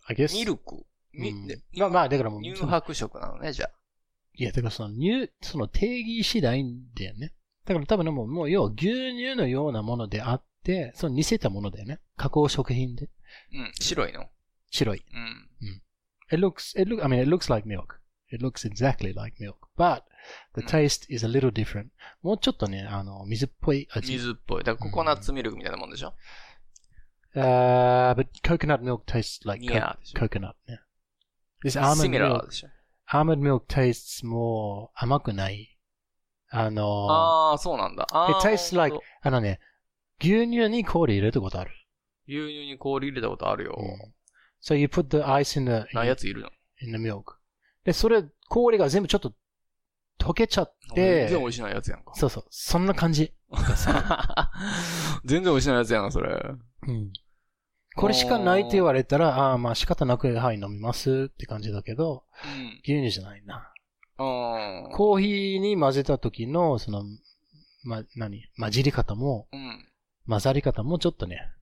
[SPEAKER 2] I guess.
[SPEAKER 1] ミルク。み
[SPEAKER 2] うん
[SPEAKER 1] で
[SPEAKER 2] まあまあ、だからもう、
[SPEAKER 1] 乳
[SPEAKER 2] その
[SPEAKER 1] 白色なのね、じゃあ。
[SPEAKER 2] いや、だからその、乳、その定義次第だよね。だから多分ねもう、もう要は牛乳のようなものであって、その似せたものだよね。加工食品で。
[SPEAKER 1] うん、白いの。
[SPEAKER 2] 白い。
[SPEAKER 1] うん。
[SPEAKER 2] It looks, it look, I mean, it looks like milk. It looks exactly like milk. But
[SPEAKER 1] う
[SPEAKER 2] the
[SPEAKER 1] ん
[SPEAKER 2] taste is a little different. もうちょっとね、あの、水っぽい味。
[SPEAKER 1] 水っぽい。だからココナッツミルクみたいなもんでしょ、
[SPEAKER 2] Uh, but coconut milk tastes like co-
[SPEAKER 1] Yeah.
[SPEAKER 2] coconut. Yeah. This almond
[SPEAKER 1] ミラ
[SPEAKER 2] milk,
[SPEAKER 1] ーでしょ
[SPEAKER 2] almond milk tastes more 甘くない。あの、
[SPEAKER 1] ああー、そうなんだ。あ
[SPEAKER 2] it tastes like, あのね、牛乳に氷入れたことある。
[SPEAKER 1] 牛乳に氷入れたことあるよ。
[SPEAKER 2] うん So you put the ice in the,
[SPEAKER 1] なやついるの
[SPEAKER 2] in the milk. で、それ、氷が全部ちょっと溶けちゃっ
[SPEAKER 1] 全
[SPEAKER 2] て、
[SPEAKER 1] 然美味しないやつやんか。
[SPEAKER 2] そうそう。そんな感じ。
[SPEAKER 1] 全然美味しないやつやな、それ。
[SPEAKER 2] うん。これしかないって言われたら、ああー、まあ仕方なく、はい、飲みますって感じだけど、
[SPEAKER 1] うん。
[SPEAKER 2] 牛乳じゃないな。
[SPEAKER 1] あー
[SPEAKER 2] コーヒーに混ぜた時の、その、ま、何混じり方も、
[SPEAKER 1] うん。
[SPEAKER 2] 混ざり方もちょっとね、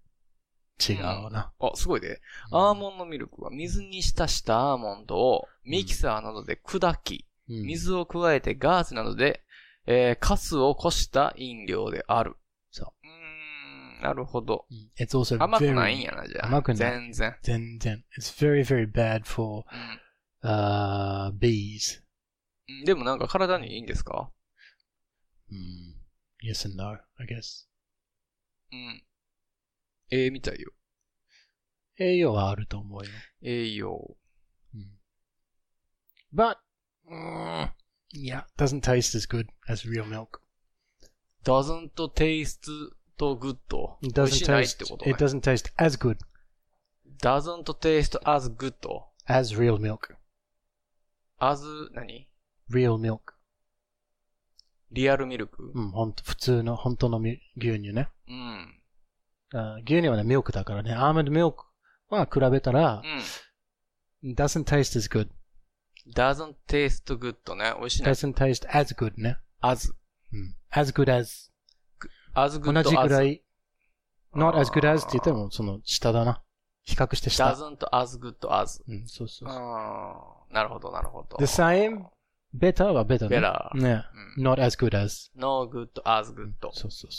[SPEAKER 2] 違うな。
[SPEAKER 1] あ、すごいで。アーモンドミルクは水に浸したアーモンドをミキサーなどで砕き、
[SPEAKER 2] うん、
[SPEAKER 1] 水を加えてガーゼなどで、えー、カスをこした飲料である。。
[SPEAKER 2] そ
[SPEAKER 1] う
[SPEAKER 2] う
[SPEAKER 1] ーん、なるほど。
[SPEAKER 2] うん It's also
[SPEAKER 1] 甘くないん
[SPEAKER 2] very-
[SPEAKER 1] やな、じゃあ。
[SPEAKER 2] 甘くない
[SPEAKER 1] 全然。
[SPEAKER 2] 全然。It's very, very bad for,
[SPEAKER 1] うん。
[SPEAKER 2] uh, bees.
[SPEAKER 1] うんでもなんか体にいいんですか
[SPEAKER 2] Mm. Yes and no, I guess.
[SPEAKER 1] うん。ええみたいよ。
[SPEAKER 2] 栄養はあると思うよ。
[SPEAKER 1] 栄養。
[SPEAKER 2] But, mm, yeah, doesn't taste as good as real milk.
[SPEAKER 1] doesn't taste to good. 美
[SPEAKER 2] It
[SPEAKER 1] 味
[SPEAKER 2] doesn't
[SPEAKER 1] しないって
[SPEAKER 2] taste.
[SPEAKER 1] こと、ね
[SPEAKER 2] It、doesn't taste as good
[SPEAKER 1] doesn't taste as good.
[SPEAKER 2] as real milk.
[SPEAKER 1] as 何
[SPEAKER 2] Real milk.
[SPEAKER 1] リアルミルク
[SPEAKER 2] うん、ほんと、普通の、本当のみ牛乳ね。
[SPEAKER 1] うん。
[SPEAKER 2] あ牛乳はね、ミルクだからね。アーモンドミルクは比べたら、doesn't taste as good.
[SPEAKER 1] うん。doesn't taste good ね。美味しない。
[SPEAKER 2] doesn't taste as good ね。
[SPEAKER 1] as,
[SPEAKER 2] うん。as good as.
[SPEAKER 1] as good
[SPEAKER 2] 同じぐら
[SPEAKER 1] as,
[SPEAKER 2] い。not as good as って言っても、その、下だな。比較して下。
[SPEAKER 1] doesn't as good as.
[SPEAKER 2] うん、そうそうそう。
[SPEAKER 1] あーなるほど、なるほど。
[SPEAKER 2] the same, better は better ね。
[SPEAKER 1] Better
[SPEAKER 2] ね。
[SPEAKER 1] うん
[SPEAKER 2] not as good as.
[SPEAKER 1] no good as good.
[SPEAKER 2] そうそう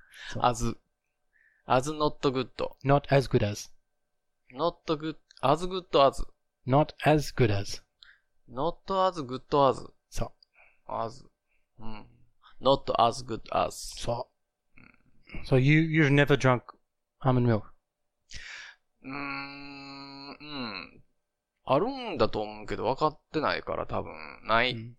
[SPEAKER 2] そ
[SPEAKER 1] as, as not good.
[SPEAKER 2] う。not as good as.
[SPEAKER 1] not good, as good as.
[SPEAKER 2] not as good as.
[SPEAKER 1] not as good as.
[SPEAKER 2] そう。
[SPEAKER 1] as. うん。not as good as.
[SPEAKER 2] そう。so you, you've never drunk almond milk.
[SPEAKER 1] うーん、うん。あるんだと思うけど、分かってないから多分、ない。
[SPEAKER 2] うん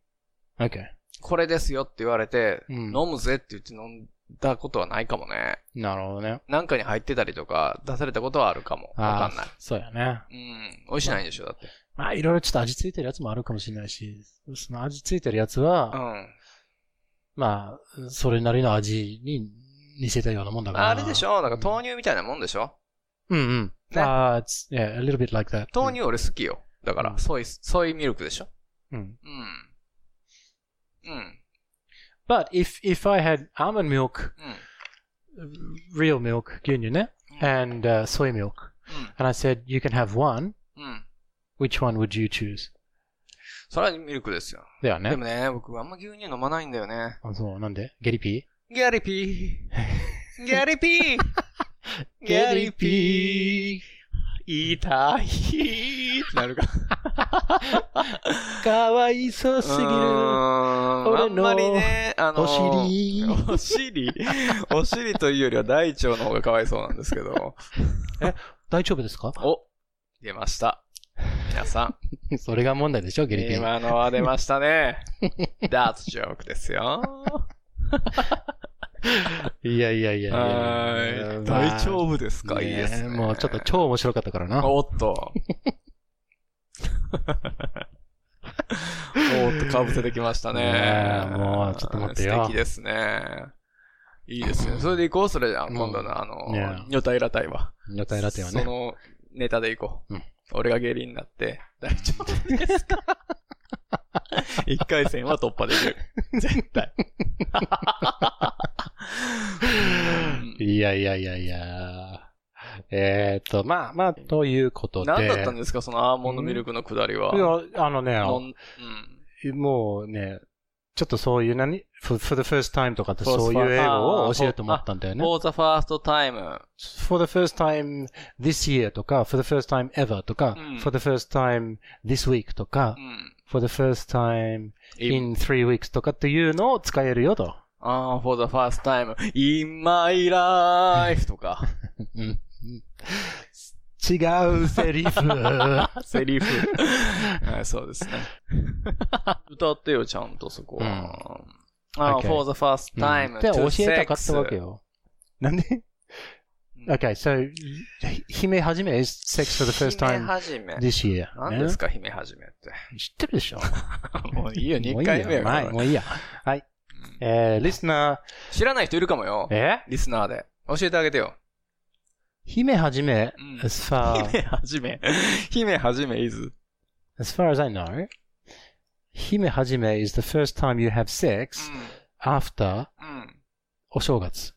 [SPEAKER 2] Okay.
[SPEAKER 1] これですよって言われて、
[SPEAKER 2] うん
[SPEAKER 1] 飲むぜって言って飲んだことはないかもね。
[SPEAKER 2] なるほどね。
[SPEAKER 1] なんかに入ってたりとか、出されたことはあるかも。わかんない。
[SPEAKER 2] そうやね。
[SPEAKER 1] うん。美味しないんでしょ、だって。
[SPEAKER 2] まあ、いろいろちょっと味ついてるやつもあるかもしれないし、その味ついてるやつは、
[SPEAKER 1] うん。
[SPEAKER 2] まあ、それなりの味に似せたようなもんだから。
[SPEAKER 1] あれでしょだから豆乳みたいなもんでしょ
[SPEAKER 2] うんうん。
[SPEAKER 1] ね
[SPEAKER 2] ああ、it's- yeah, a little bit like that.
[SPEAKER 1] 豆乳俺好きよ。だか
[SPEAKER 2] う
[SPEAKER 1] ら、
[SPEAKER 2] ん
[SPEAKER 1] ソイ、ソイミルクでしょ
[SPEAKER 2] うん。
[SPEAKER 1] うん。うん。
[SPEAKER 2] But if, if I had almond milk,
[SPEAKER 1] うん。
[SPEAKER 2] real milk, 牛乳ね、and、uh, soy milk. And I said, you can have one.
[SPEAKER 1] うん。うん。
[SPEAKER 2] Which one would you choose?
[SPEAKER 1] それはミルクですよ。
[SPEAKER 2] だよ
[SPEAKER 1] で
[SPEAKER 2] ね
[SPEAKER 1] も。ね、僕あんま牛乳飲まないんだよね。
[SPEAKER 2] あ、そう、なんでゲリピ
[SPEAKER 1] ギャリピー。ギャリピー。
[SPEAKER 2] ー
[SPEAKER 1] ギャリピー。痛いーってなるか。
[SPEAKER 2] ー。 かわいそう
[SPEAKER 1] うーんあ
[SPEAKER 2] 俺
[SPEAKER 1] ん
[SPEAKER 2] の
[SPEAKER 1] まりね、あの、
[SPEAKER 2] お尻。
[SPEAKER 1] お尻お尻というよりは大腸の方がかわいそうなんですけど。
[SPEAKER 2] 大丈夫ですか
[SPEAKER 1] お出ました。皆さん。
[SPEAKER 2] それが問題でしょ、ゲリピー。
[SPEAKER 1] 今のは出ましたね。 ダーツジョークですよ。
[SPEAKER 2] いやいやいやいや。
[SPEAKER 1] はい。
[SPEAKER 2] まあ
[SPEAKER 1] 大丈夫ですか、
[SPEAKER 2] ね
[SPEAKER 1] いいですね。
[SPEAKER 2] もうちょっと超面白かったからな。
[SPEAKER 1] おっ と。おっと、かぶせてきましたね
[SPEAKER 2] ね。えもうちょっと待ってよ
[SPEAKER 1] 素敵ですね。いいですね。それで行こう、それじゃあ、
[SPEAKER 2] うん
[SPEAKER 1] 今度のあの
[SPEAKER 2] ね、
[SPEAKER 1] 女体ラタイは。
[SPEAKER 2] 女体ラテは
[SPEAKER 1] そ
[SPEAKER 2] ね。
[SPEAKER 1] のネタで行こう。
[SPEAKER 2] うん
[SPEAKER 1] 俺が下痢になって、大丈夫ですか 一回戦は突破できる。絶対。うん
[SPEAKER 2] いやいやいやいや。えっと、まあまあ、ということで。
[SPEAKER 1] 何だったんですか、そのアーモンドミルクのくだりは。
[SPEAKER 2] いや、あのね、
[SPEAKER 1] のんうん
[SPEAKER 2] もうね、ちょっとそういう何 for, for the first time とかって
[SPEAKER 1] そう
[SPEAKER 2] そういう英語
[SPEAKER 1] あ
[SPEAKER 2] を
[SPEAKER 1] ー
[SPEAKER 2] 教えると思ったんだよね。
[SPEAKER 1] For the first time.
[SPEAKER 2] for the first time this year とか、for the first time ever とか、
[SPEAKER 1] うん
[SPEAKER 2] for the first time this week とか
[SPEAKER 1] う、ん。
[SPEAKER 2] for the first time
[SPEAKER 1] In,
[SPEAKER 2] in three weeks とかっていうのを使えるよと。
[SPEAKER 1] あー for the first time in my life と か。
[SPEAKER 2] うん違うセリフ。
[SPEAKER 1] セリフ。 はい、そうです ね。歌ってよ、ちゃんとそこは。あー
[SPEAKER 2] Okay.
[SPEAKER 1] for the first time.
[SPEAKER 2] で、教
[SPEAKER 1] to
[SPEAKER 2] えたかったわけ
[SPEAKER 1] sex.
[SPEAKER 2] よ。なんで
[SPEAKER 1] うん
[SPEAKER 2] ?Okay, so, 姫はじめ is sex for the first
[SPEAKER 1] 姫
[SPEAKER 2] time
[SPEAKER 1] はじめ。
[SPEAKER 2] this year.
[SPEAKER 1] 何ですか、姫はじめって。
[SPEAKER 2] ね知ってるでしょ
[SPEAKER 1] もういいよ、
[SPEAKER 2] も
[SPEAKER 1] 2
[SPEAKER 2] ういい
[SPEAKER 1] 回目
[SPEAKER 2] や。
[SPEAKER 1] よ。
[SPEAKER 2] はい、もういいや。はい。えー、リスナ
[SPEAKER 1] 知らない人いるかもよ
[SPEAKER 2] ー、。え
[SPEAKER 1] リスナーで。教えてあげてよ。
[SPEAKER 2] 姫はじめ
[SPEAKER 1] うん、
[SPEAKER 2] as far,
[SPEAKER 1] 姫はじめ。姫はじめ is.
[SPEAKER 2] as far as I know, 姫はじめ is the first time you have sex after
[SPEAKER 1] うん。うん。
[SPEAKER 2] お正月。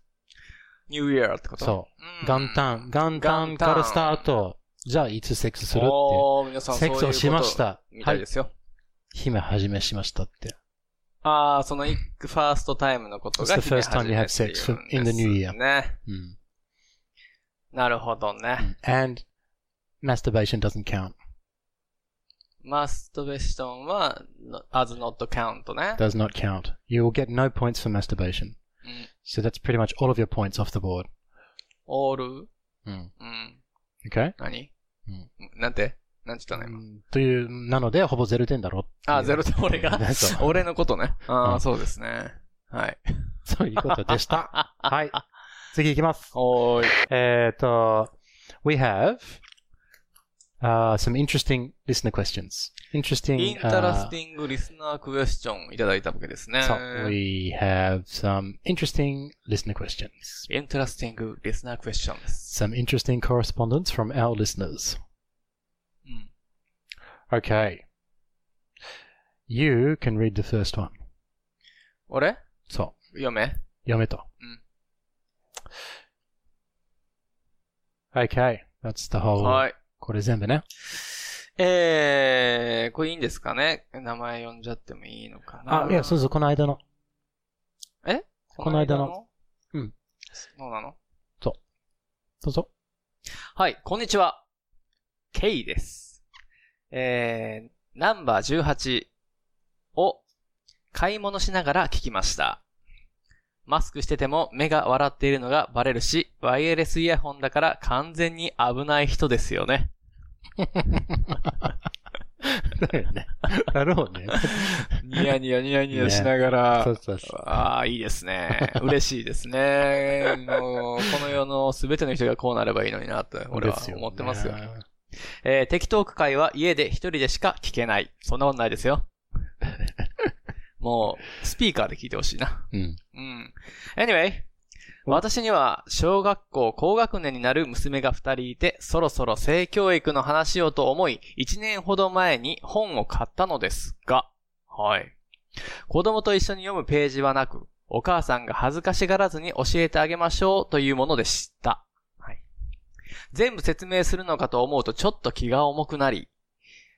[SPEAKER 1] ニューイヤーってこと
[SPEAKER 2] そうう。元旦、元旦からスタート。じゃあ、いつセックスするっていう。
[SPEAKER 1] おー皆さん
[SPEAKER 2] セックスをしまし。
[SPEAKER 1] そういうこ
[SPEAKER 2] た
[SPEAKER 1] と。み
[SPEAKER 2] は
[SPEAKER 1] たいで
[SPEAKER 2] い。
[SPEAKER 1] すよ。
[SPEAKER 2] 姫はじめしましたって。
[SPEAKER 1] ああ、そのい、ファーストタイムのことが
[SPEAKER 2] It's the first time you have sex
[SPEAKER 1] 決め始めっていうん
[SPEAKER 2] in the new year.
[SPEAKER 1] ですね。
[SPEAKER 2] うん。
[SPEAKER 1] なるほどね。
[SPEAKER 2] and masturbation doesn't count.
[SPEAKER 1] マストベーションは、no- as not count ね。
[SPEAKER 2] Does not count. You will get no points for masturbation.
[SPEAKER 1] Mm.
[SPEAKER 2] So that's pretty much all of your points off the board.
[SPEAKER 1] all,
[SPEAKER 2] うん。
[SPEAKER 1] うん。
[SPEAKER 2] Okay?
[SPEAKER 1] 何
[SPEAKER 2] うん
[SPEAKER 1] なんてなんて言ったの今。
[SPEAKER 2] うんという、なので、ほぼゼロ点だろ。
[SPEAKER 1] あ、ゼロ点、俺が
[SPEAKER 2] ねそ。う
[SPEAKER 1] 俺のことね。あ
[SPEAKER 2] う
[SPEAKER 1] あ、
[SPEAKER 2] ん
[SPEAKER 1] そうですね。はい。
[SPEAKER 2] そういうこと でした。はい。次いきます。
[SPEAKER 1] おーい。
[SPEAKER 2] えっと、we have、uh, some interesting listener questions. Interesting. uh,
[SPEAKER 1] インタラスティングリスナークエスチョンいただいたわけですね。
[SPEAKER 2] uh, so, we have some interesting listener questions.
[SPEAKER 1] インタラスティングリスナークエスチョンです。
[SPEAKER 2] Some interesting correspondence from our listeners.
[SPEAKER 1] うん。
[SPEAKER 2] Okay. You can read the first one.
[SPEAKER 1] 俺
[SPEAKER 2] そう。
[SPEAKER 1] 嫁
[SPEAKER 2] 読めと。
[SPEAKER 1] うん。
[SPEAKER 2] Okay, that's the whole.
[SPEAKER 1] はい。
[SPEAKER 2] これ全部ね。
[SPEAKER 1] えー、これいいんですかね名前呼んじゃってもいいのかな
[SPEAKER 2] あ、いや、そうそう、この間の。
[SPEAKER 1] この間
[SPEAKER 2] この
[SPEAKER 1] の。
[SPEAKER 2] うん。
[SPEAKER 1] そうなの
[SPEAKER 2] どうぞ。
[SPEAKER 1] はい、こんにちは。ケイです。えー、ナンバー18を買い物しながら聞きました。マスクしてても目が笑っているのがバレるし、ワイヤレスイヤホンだから完全に危ない人ですよね。
[SPEAKER 2] だ よね。だろうね。
[SPEAKER 1] ニヤニヤニヤニヤしなが
[SPEAKER 2] そ
[SPEAKER 1] ら
[SPEAKER 2] う。そうそう。
[SPEAKER 1] ああ、いいですね。嬉しいですね。もう、この世のすべての人がこうなればいいのになって、俺は
[SPEAKER 2] ですよね
[SPEAKER 1] 思ってますよ。。えー、適当区会は家で一人でしか聞けない。そんなことないですよ。 もう、スピーカーで聞いてほしいな。
[SPEAKER 2] うん。
[SPEAKER 1] うん。Anyway, 私には小学校高学年になる娘が二人いて、そろそろ性教育の話をと思い、一年ほど前に本を買ったのですが、はい。子供と一緒に読むページはなく、お母さんが恥ずかしがらずに教えてあげましょうというものでした。はい、全部説明するのかと思うとちょっと気が重くなり、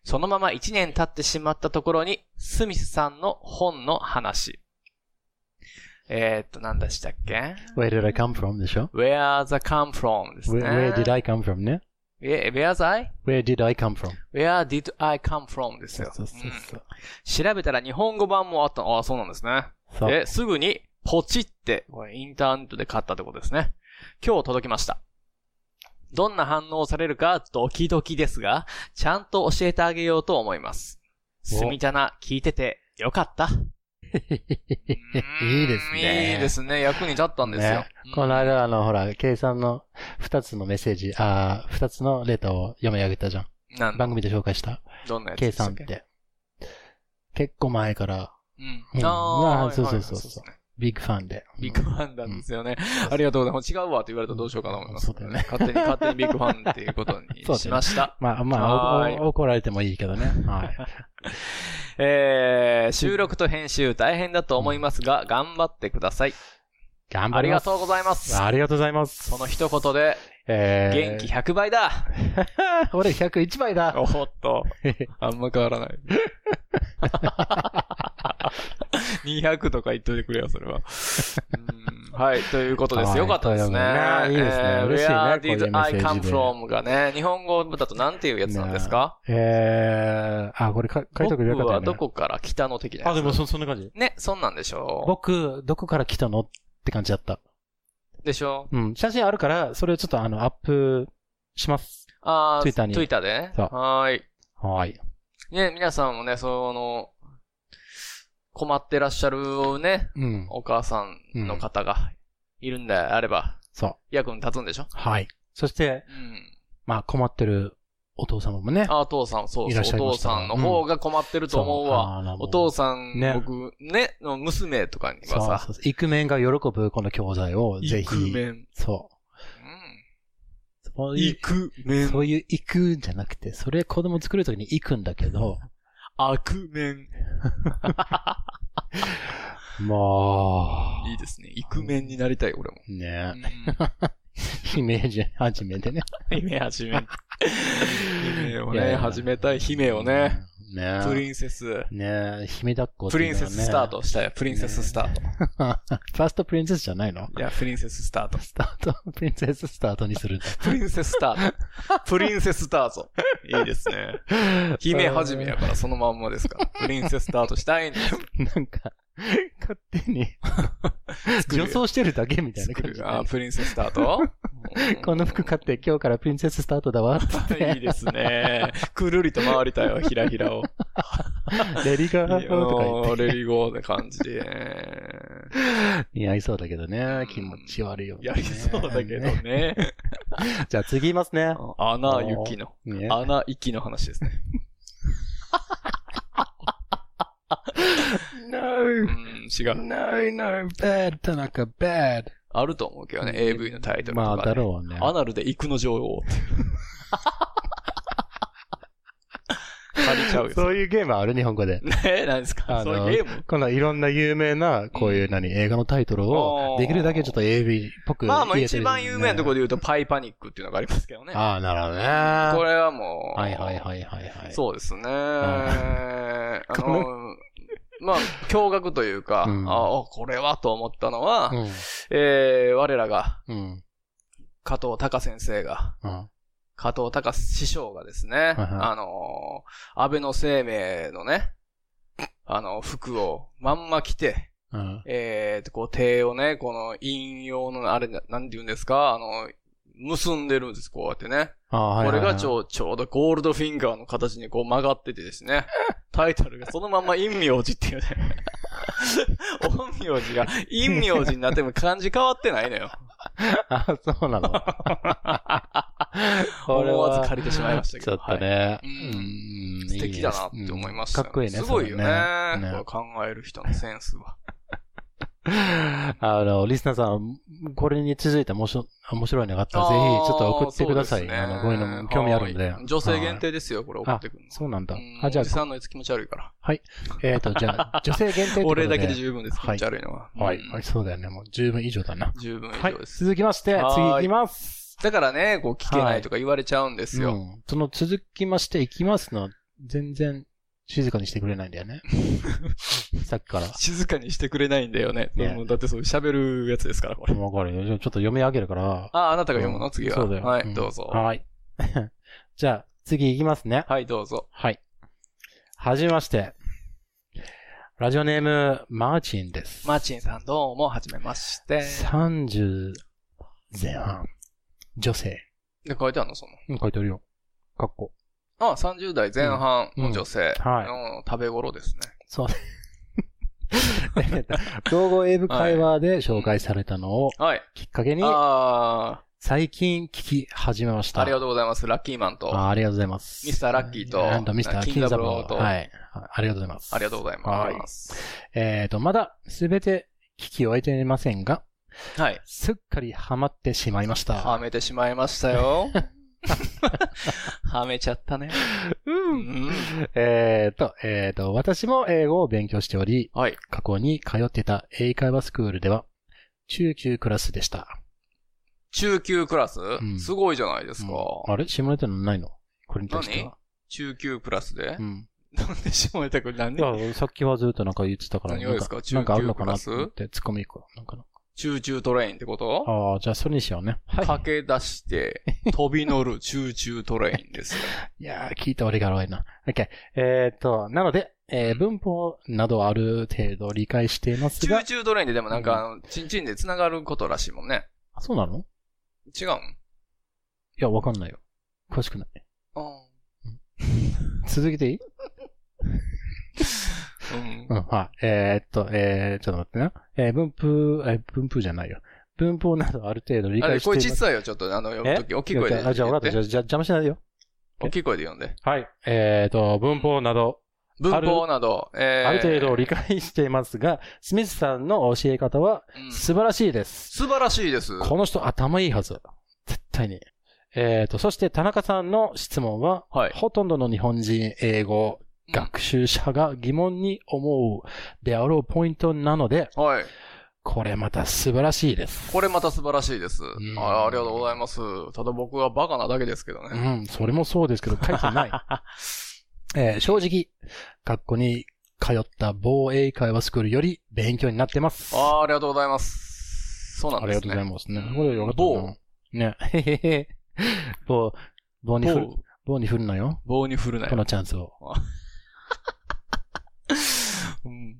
[SPEAKER 1] そのまま1年経ってしまったところに、スミスさんの本の話。えー、っと、何でしたっけ
[SPEAKER 2] Where did I come from? でしょ
[SPEAKER 1] ?Where the come from ですね。
[SPEAKER 2] where, ?Where did I come from? ね。
[SPEAKER 1] え Where's I?
[SPEAKER 2] Where did I come from?
[SPEAKER 1] Where did I come from? ですよ。うん調べたら日本語版もあった。ああ、そうなんですね。
[SPEAKER 2] そう
[SPEAKER 1] で、すぐにポチって、これインターネットで買ったってことですね。今日届きました。どんな反応をされるかドキドキですが、ちゃんと教えてあげようと思います。
[SPEAKER 2] お
[SPEAKER 1] すみたな聞いててよか った。
[SPEAKER 2] いいですね
[SPEAKER 1] いいですね。役に立ったんですよ
[SPEAKER 2] ね。こ
[SPEAKER 1] うん
[SPEAKER 2] の間、あの、ほら、計算の二つのメッセージ、ああ、二つのレーターを読み上げたじゃん。
[SPEAKER 1] なん
[SPEAKER 2] 番組で紹介した。
[SPEAKER 1] どんなやつ
[SPEAKER 2] 計
[SPEAKER 1] でした
[SPEAKER 2] 算っ
[SPEAKER 1] っけ。
[SPEAKER 2] て。結構前から、
[SPEAKER 1] う。
[SPEAKER 2] うんん
[SPEAKER 1] あ
[SPEAKER 2] あ
[SPEAKER 1] あ、
[SPEAKER 2] ーそうそう
[SPEAKER 1] はいはい
[SPEAKER 2] そうそう
[SPEAKER 1] ですね
[SPEAKER 2] ビッグファンで。
[SPEAKER 1] ビッグファンなんですよね。ありがとうございます。違うわと言われたらどうしようかなと思います。
[SPEAKER 2] そうだよね
[SPEAKER 1] 勝手に、勝手にビッグファンっていうことに
[SPEAKER 2] そうだよね
[SPEAKER 1] しました。
[SPEAKER 2] まあま
[SPEAKER 1] は
[SPEAKER 2] あ
[SPEAKER 1] ーい
[SPEAKER 2] おお、怒られてもいいけどね。はい。
[SPEAKER 1] えー、収録と編集大変だと思いますが、頑張ってください。
[SPEAKER 2] 頑
[SPEAKER 1] あ
[SPEAKER 2] 張
[SPEAKER 1] り
[SPEAKER 2] り
[SPEAKER 1] が
[SPEAKER 2] ます。
[SPEAKER 1] とうございます。
[SPEAKER 2] ありがとうございます。
[SPEAKER 1] その一言で、
[SPEAKER 2] えー
[SPEAKER 1] 元気100倍だ、
[SPEAKER 2] 俺101倍だ。
[SPEAKER 1] おっ と。あんま変わらない。200とか言っといてくれよ、それは。うんはい、ということです。
[SPEAKER 2] はい
[SPEAKER 1] よかったですね。
[SPEAKER 2] ということでねいいですね
[SPEAKER 1] えー
[SPEAKER 2] 嬉しいね
[SPEAKER 1] Where
[SPEAKER 2] こういう
[SPEAKER 1] did
[SPEAKER 2] メッ
[SPEAKER 1] I
[SPEAKER 2] セージで
[SPEAKER 1] come from がね、日本語だとなんていうやつなんですか
[SPEAKER 2] えー、あ、これか書いとくべき
[SPEAKER 1] 僕
[SPEAKER 2] だ
[SPEAKER 1] は
[SPEAKER 2] よね
[SPEAKER 1] ど。こから来たの的なやつ。
[SPEAKER 2] そ、そんな感じ。
[SPEAKER 1] ね、そんなんでしょ
[SPEAKER 2] 僕、どこから来たのって感じだった。
[SPEAKER 1] うでしょ
[SPEAKER 2] うん。写真あるから、それをちょっとあの、アップします。
[SPEAKER 1] あー、
[SPEAKER 2] Twitter に
[SPEAKER 1] Twitter で
[SPEAKER 2] そう
[SPEAKER 1] はーい。
[SPEAKER 2] はい。
[SPEAKER 1] ね、皆さんもね、その、困ってらっしゃるね、
[SPEAKER 2] うん。
[SPEAKER 1] お母さんの方がいるんであれば、
[SPEAKER 2] そう。
[SPEAKER 1] 役に立つんでしょ
[SPEAKER 2] はい。そして、
[SPEAKER 1] うん。
[SPEAKER 2] まあ、困ってるお父様もね。
[SPEAKER 1] あー、お父さん、そう
[SPEAKER 2] い
[SPEAKER 1] そ
[SPEAKER 2] ら
[SPEAKER 1] う、
[SPEAKER 2] っしゃい
[SPEAKER 1] お
[SPEAKER 2] ま
[SPEAKER 1] 父
[SPEAKER 2] した
[SPEAKER 1] さんの方が困ってると思うわ。
[SPEAKER 2] わ
[SPEAKER 1] お父さん、
[SPEAKER 2] ね
[SPEAKER 1] 僕、ね、の娘とかに
[SPEAKER 2] そう
[SPEAKER 1] は
[SPEAKER 2] そ
[SPEAKER 1] さ、
[SPEAKER 2] うそうイクメンが喜ぶこの教材をぜひ。
[SPEAKER 1] イクメン。
[SPEAKER 2] そう。そ
[SPEAKER 1] うん
[SPEAKER 2] うい
[SPEAKER 1] イ
[SPEAKER 2] う、
[SPEAKER 1] クメン。
[SPEAKER 2] そういう行くじゃなくて、それ子供作るときに行くんだけど、
[SPEAKER 1] 悪面。
[SPEAKER 2] まあ、
[SPEAKER 1] いいですね。イクメンになりたい、俺も。
[SPEAKER 2] ね
[SPEAKER 1] うん
[SPEAKER 2] 姫路初めてね。
[SPEAKER 1] 姫始め。姫を
[SPEAKER 2] いやい
[SPEAKER 1] ね、
[SPEAKER 2] や
[SPEAKER 1] 始めたい姫をね、。
[SPEAKER 2] ね
[SPEAKER 1] プリンセス、
[SPEAKER 2] ねえ、姫抱っこって
[SPEAKER 1] プ
[SPEAKER 2] い
[SPEAKER 1] リ
[SPEAKER 2] う
[SPEAKER 1] ンセ
[SPEAKER 2] のはね
[SPEAKER 1] ススター。トしたよ。プリンセススタート。
[SPEAKER 2] ファーストプリンセスじゃないの
[SPEAKER 1] いや、プリンセススタート。
[SPEAKER 2] スタート、プリンセススタートにするんだ。
[SPEAKER 1] プリンセススター ト。プリンセススタート。いいですね。姫始めやから、そのまんまです から。プリンセススタートしたいんです。
[SPEAKER 2] なんか、勝手に、
[SPEAKER 1] る
[SPEAKER 2] 女装してるだけみたいな感じ
[SPEAKER 1] あ、
[SPEAKER 2] で。
[SPEAKER 1] プリンセススタート
[SPEAKER 2] この服買って今日からプリンセススタートだわって言って。
[SPEAKER 1] いいですね。くるりと回りたいわ、ひらひら を。
[SPEAKER 2] レディーガ
[SPEAKER 1] いや
[SPEAKER 2] ーとか言って。
[SPEAKER 1] ーレリゴーって感じで。
[SPEAKER 2] 似合いそうだけどね。気持ち悪いよね。
[SPEAKER 1] やりそうだけど
[SPEAKER 2] ね
[SPEAKER 1] ね。
[SPEAKER 2] じゃあ次いきますね。
[SPEAKER 1] 穴行きの。
[SPEAKER 2] ね
[SPEAKER 1] 穴行きの話ですね。う
[SPEAKER 2] No,
[SPEAKER 1] ん、違う。
[SPEAKER 2] no, no, bad, 田中 bad.
[SPEAKER 1] あると思うけどね、AV のタイトルとか、ね。
[SPEAKER 2] まあ、だろうね。
[SPEAKER 1] アナルで行くの女王って。借りちゃうよ。
[SPEAKER 2] そういうゲームある日本語で。
[SPEAKER 1] ね、何ですか
[SPEAKER 2] あ
[SPEAKER 1] そ
[SPEAKER 2] の
[SPEAKER 1] ういうゲーム
[SPEAKER 2] このいろんな有名な、こういう何、映画のタイトルを
[SPEAKER 1] あ、ー
[SPEAKER 2] できるだけちょっと AV っぽく
[SPEAKER 1] まあまあ
[SPEAKER 2] 入れて
[SPEAKER 1] 一
[SPEAKER 2] る
[SPEAKER 1] 番有名なところ
[SPEAKER 2] で。
[SPEAKER 1] で言うと、パイパニックっていうのがありますけどね。
[SPEAKER 2] ああ、なるほどね。
[SPEAKER 1] これはもう、
[SPEAKER 2] はいはいはいはいはい。
[SPEAKER 1] そうですね。
[SPEAKER 2] は
[SPEAKER 1] あの、まあ、驚愕というか、
[SPEAKER 2] うん
[SPEAKER 1] ああ、これはと思ったのは、
[SPEAKER 2] うん。
[SPEAKER 1] えー、我らが、
[SPEAKER 2] うん。
[SPEAKER 1] 加藤隆先生が、
[SPEAKER 2] うん。
[SPEAKER 1] 加藤隆師匠がですね、
[SPEAKER 2] いはい
[SPEAKER 1] あのー、安倍の生命のね、あの、服をまんま着て、
[SPEAKER 2] うん。
[SPEAKER 1] えーと、こう手をね、この引用の、あれな、なんて言うんですか、あの、結んでるんです、こうやってね。
[SPEAKER 2] ああ、
[SPEAKER 1] こ
[SPEAKER 2] はいはいは
[SPEAKER 1] れ
[SPEAKER 2] い。
[SPEAKER 1] がちょう、ちょうどゴールドフィンガーの形にこう曲がっててですね、タイトルがそのまんま陰陽寺っていうね。 陰陽寺が陰陽寺になっても漢字変わってないのよ。
[SPEAKER 2] あ、 そ うなの。これは
[SPEAKER 1] 思わず借りてしまいましたけど
[SPEAKER 2] ちょっとね。
[SPEAKER 1] い
[SPEAKER 2] うん
[SPEAKER 1] 素敵だなって思いました、
[SPEAKER 2] うんかっこいいね。
[SPEAKER 1] すごいよね
[SPEAKER 2] それ
[SPEAKER 1] こ
[SPEAKER 2] ね
[SPEAKER 1] れ考える人のセンスは。
[SPEAKER 2] あの、リスナーさん、これに続いて面白面白いのがあったら、ぜひ、ち
[SPEAKER 1] あー
[SPEAKER 2] ょっと送ってください。
[SPEAKER 1] そうですね
[SPEAKER 2] あの、こういうのも興味あるんで
[SPEAKER 1] は。い女性限
[SPEAKER 2] はい。
[SPEAKER 1] 定ですよ、これ送ってくるの。
[SPEAKER 2] そうなんだ
[SPEAKER 1] うん。
[SPEAKER 2] あ、じゃ
[SPEAKER 1] おじさんのやつ気持ち悪いから。
[SPEAKER 2] あ、はい。えっ、と、じゃあ、女性限定ってことで。
[SPEAKER 1] 俺だけで十分です、気持ち悪いのは。
[SPEAKER 2] はい
[SPEAKER 1] うん。
[SPEAKER 2] はい、そうだよね。もう十分以上だな。
[SPEAKER 1] 十分以
[SPEAKER 2] はい
[SPEAKER 1] 上。です。
[SPEAKER 2] 続きまして、次
[SPEAKER 1] はーい
[SPEAKER 2] 行きます。
[SPEAKER 1] だからね、こう聞けないとか言われちゃうんです
[SPEAKER 2] う
[SPEAKER 1] よ。
[SPEAKER 2] ん。その続きまして行きますのは、全然静かにしてくれないんだよ ね。さっきから。
[SPEAKER 1] 静かにしてくれないんだよね。
[SPEAKER 2] ね
[SPEAKER 1] うんだってそう喋るやつですから、これ。
[SPEAKER 2] わかるよ。じゃあちょっと読み上げるから。
[SPEAKER 1] あ、あなたが読むの次は。
[SPEAKER 2] そうだよ。
[SPEAKER 1] は
[SPEAKER 2] ん
[SPEAKER 1] い、どうぞ。
[SPEAKER 2] はい。 じゃあ、次行きますね。
[SPEAKER 1] はい、どうぞ。
[SPEAKER 2] はい。はじめまして。ラジオネーム、マーチンです。
[SPEAKER 1] マーチンさんどうも、はじめまして。
[SPEAKER 2] 30前半。女性。
[SPEAKER 1] で、書いてあるの、その。
[SPEAKER 2] うん、書いてあるよ。かっこ。
[SPEAKER 1] あ、30代前半の女性
[SPEAKER 2] うんはい
[SPEAKER 1] の食べ頃ですね。
[SPEAKER 2] そう。 老後英語会話で紹介されたのを
[SPEAKER 1] はい。
[SPEAKER 2] きっかけに、
[SPEAKER 1] あ
[SPEAKER 2] 最近聞き始めまし
[SPEAKER 1] あ、
[SPEAKER 2] た。
[SPEAKER 1] ありが
[SPEAKER 2] と
[SPEAKER 1] とうございます。ラッキーマンと。
[SPEAKER 2] あありがとうございます。
[SPEAKER 1] ミスターラッキーと
[SPEAKER 2] なんとミスター
[SPEAKER 1] キ
[SPEAKER 2] キ
[SPEAKER 1] ン
[SPEAKER 2] ン
[SPEAKER 1] ザ
[SPEAKER 2] ザ
[SPEAKER 1] ブ
[SPEAKER 2] ブ
[SPEAKER 1] ロ
[SPEAKER 2] ロ
[SPEAKER 1] ー
[SPEAKER 2] ー
[SPEAKER 1] と
[SPEAKER 2] と。はい。あありがとうございます。
[SPEAKER 1] ありがとうございます。
[SPEAKER 2] えっ、と、まだすべて聞き終えていませんが、
[SPEAKER 1] はい。
[SPEAKER 2] すっかりハマってしまいました。
[SPEAKER 1] はめてしまいました よ。はめちゃったね。うん。
[SPEAKER 2] えっ、と、えっ、と、私も英語を勉強しており、
[SPEAKER 1] はい。
[SPEAKER 2] 過去に通っていた英会話スクールでは、中級クラスでした。
[SPEAKER 1] 中級クラス、
[SPEAKER 2] ん
[SPEAKER 1] すごいじゃないですか。
[SPEAKER 2] うんあれ下ネタのないのこれに対しては。
[SPEAKER 1] 中級クラスで
[SPEAKER 2] う、ん。
[SPEAKER 1] なんで下ネタくんなん
[SPEAKER 2] い
[SPEAKER 1] で
[SPEAKER 2] や、さっきはずっとなんか言ってたから、
[SPEAKER 1] 何
[SPEAKER 2] な
[SPEAKER 1] が
[SPEAKER 2] ん
[SPEAKER 1] ですか
[SPEAKER 2] かなんかあるのかな
[SPEAKER 1] 中級ク
[SPEAKER 2] と
[SPEAKER 1] ラス
[SPEAKER 2] 思って、ツッコミ行くわなんかな。
[SPEAKER 1] 中中トレインってこと
[SPEAKER 2] ああ、じゃあそれにしようね。は
[SPEAKER 1] 駆け出して、飛び乗る中中トレイン ですよ。
[SPEAKER 2] い。いやー、聞いた俺が悪いな。OK。えっ、と、なので、えー文法などある程度理解しています
[SPEAKER 1] 中
[SPEAKER 2] が、
[SPEAKER 1] 中トレインででもなんか、あの、チンチンで繋がることらしいもんね。
[SPEAKER 2] あそうなの
[SPEAKER 1] 違うん
[SPEAKER 2] いや、わかんないよ。詳しくない。
[SPEAKER 1] あ
[SPEAKER 2] 続けていい
[SPEAKER 1] ーうん
[SPEAKER 2] う。ん、はい。えーっと、えー、ちょっと待ってな。えー文風、えー文風じゃないよ。文法などある程度理
[SPEAKER 1] あ
[SPEAKER 2] 解
[SPEAKER 1] れ、
[SPEAKER 2] してい
[SPEAKER 1] 声
[SPEAKER 2] ます。
[SPEAKER 1] 小さいよ、ちょっと、あの、読むとき。大きい声で。
[SPEAKER 2] あ、じゃあ分かった。じゃあ、じゃあ邪魔しないでよ。
[SPEAKER 1] 大きい声で読んで。
[SPEAKER 2] はい。えーっと、文法など、
[SPEAKER 1] 文法など、えー、
[SPEAKER 2] ある程度理解していますが、スミスさんの教え方は
[SPEAKER 1] うん
[SPEAKER 2] 素晴らしいです。
[SPEAKER 1] 素晴らしいです。
[SPEAKER 2] この人頭いいはず。絶対に。えーっと、そして田中さんの質問は、
[SPEAKER 1] はい
[SPEAKER 2] ほとんどの日本人英語学習者が疑問に思うであろうポイントなので、
[SPEAKER 1] はい。
[SPEAKER 2] これまた素晴らしいです。
[SPEAKER 1] これまた素晴らしいです。
[SPEAKER 2] ん
[SPEAKER 1] あありがとうございます。ただ僕はバカなだけですけど
[SPEAKER 2] う
[SPEAKER 1] ね。
[SPEAKER 2] ん、それもそうですけ ど、書いてない。えー正直、学校に通った防衛会話スクールより勉強になってます。
[SPEAKER 1] ああありがとうございます。そうなん
[SPEAKER 2] あ
[SPEAKER 1] で
[SPEAKER 2] り
[SPEAKER 1] すね。
[SPEAKER 2] がとうございますね
[SPEAKER 1] うん。
[SPEAKER 2] これよかったな。ね、 へへへ。棒、棒に振る
[SPEAKER 1] 棒、
[SPEAKER 2] 棒に振るなよ。
[SPEAKER 1] 棒に振るな
[SPEAKER 2] こ
[SPEAKER 1] よ
[SPEAKER 2] の。チャンスを。
[SPEAKER 1] うん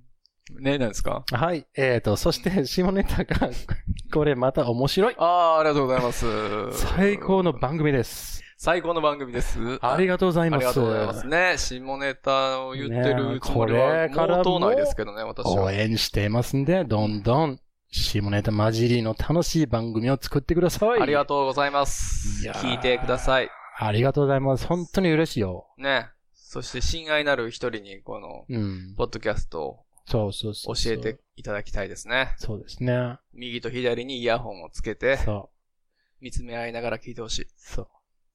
[SPEAKER 1] ね、何ですか
[SPEAKER 2] はい、えーと、そして、下ネタが、 これまた面白い。
[SPEAKER 1] ああありがとうございます。
[SPEAKER 2] 最高の。番組です。
[SPEAKER 1] 最高の番組です。
[SPEAKER 2] ありがとうござい
[SPEAKER 1] あ
[SPEAKER 2] ま
[SPEAKER 1] り
[SPEAKER 2] す。
[SPEAKER 1] がとうございますね。下ネタを言ってるつもり
[SPEAKER 2] ね
[SPEAKER 1] は、
[SPEAKER 2] えこれから
[SPEAKER 1] 毛
[SPEAKER 2] も
[SPEAKER 1] 頭ないですけどね、私
[SPEAKER 2] 応
[SPEAKER 1] は。
[SPEAKER 2] 援していますんで、どんどん、下ネタ混じりの楽しい番組を作ってください。
[SPEAKER 1] ありがとうございます。
[SPEAKER 2] いやー
[SPEAKER 1] 聞いてください。
[SPEAKER 2] ありがとうございます。本当に嬉しいよ。
[SPEAKER 1] ね。そして、親愛なる一人に、この、
[SPEAKER 2] うん。
[SPEAKER 1] ポッドキャスト
[SPEAKER 2] そうそうそ
[SPEAKER 1] を
[SPEAKER 2] う
[SPEAKER 1] 教
[SPEAKER 2] そう。
[SPEAKER 1] えて。いただきたいですね。
[SPEAKER 2] そうですね。
[SPEAKER 1] 右と左にイヤホンをつけて、
[SPEAKER 2] そう。
[SPEAKER 1] 見つめ合いながら聞いてほしい。
[SPEAKER 2] そう。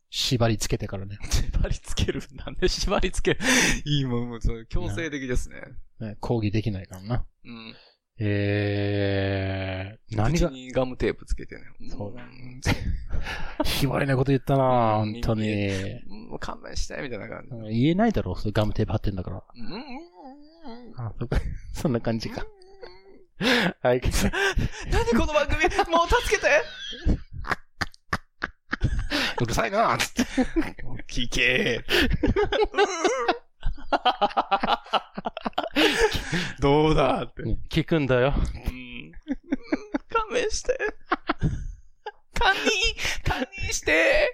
[SPEAKER 2] 縛りつけてからね。
[SPEAKER 1] 縛りつけるなんで縛りつけるいいもん、もうその強制的ですね。
[SPEAKER 2] ね抗議できないからな。
[SPEAKER 1] うん。
[SPEAKER 2] えー、何
[SPEAKER 1] 口
[SPEAKER 2] が、
[SPEAKER 1] にガムテープつけてね。
[SPEAKER 2] そうだ
[SPEAKER 1] ん
[SPEAKER 2] ひばりなこと言ったな
[SPEAKER 1] うん
[SPEAKER 2] 本当に。
[SPEAKER 1] うんもう勘弁して、みたいな感じ。
[SPEAKER 2] 言えないだろ、それガムテープ貼ってんだから。
[SPEAKER 1] うんうんうん
[SPEAKER 2] あそっか そんな感じか。はい。
[SPEAKER 1] 何この番組もう助けて
[SPEAKER 2] うるさいなつって。
[SPEAKER 1] 聞けどうだって。
[SPEAKER 2] ね聞くんだよ。
[SPEAKER 1] うん勘弁して。堪忍堪忍して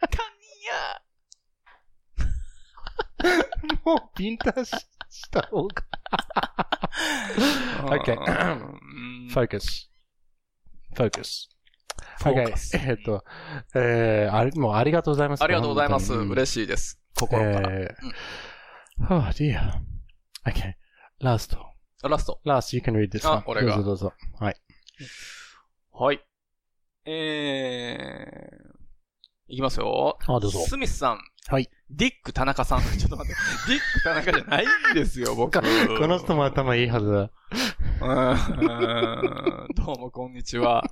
[SPEAKER 1] 堪忍
[SPEAKER 2] もうピンタしした方 が。
[SPEAKER 1] や
[SPEAKER 2] OK
[SPEAKER 1] うん
[SPEAKER 2] フォーカス。フォーカス。
[SPEAKER 1] Focus
[SPEAKER 2] えーっと、えー、あれ、もうありがとうございます。
[SPEAKER 1] ありがとうございます。
[SPEAKER 2] 本当に
[SPEAKER 1] 嬉しいです。
[SPEAKER 2] うん
[SPEAKER 1] 心から。
[SPEAKER 2] えー、oh dear. Okay. Last.
[SPEAKER 1] あラスト。
[SPEAKER 2] Last, you can read this
[SPEAKER 1] あ
[SPEAKER 2] one.
[SPEAKER 1] 俺が
[SPEAKER 2] どうぞどうぞ。はい。
[SPEAKER 1] はい。えー、いきますよ。
[SPEAKER 2] あ、どうぞ。
[SPEAKER 1] スミスさん。
[SPEAKER 2] はい。
[SPEAKER 1] ディック田中さん。 ちょっと待って。ディック田中じゃないんですよ、僕。
[SPEAKER 2] この人も頭いいはずだ。
[SPEAKER 1] うーんどうも、こんにちは。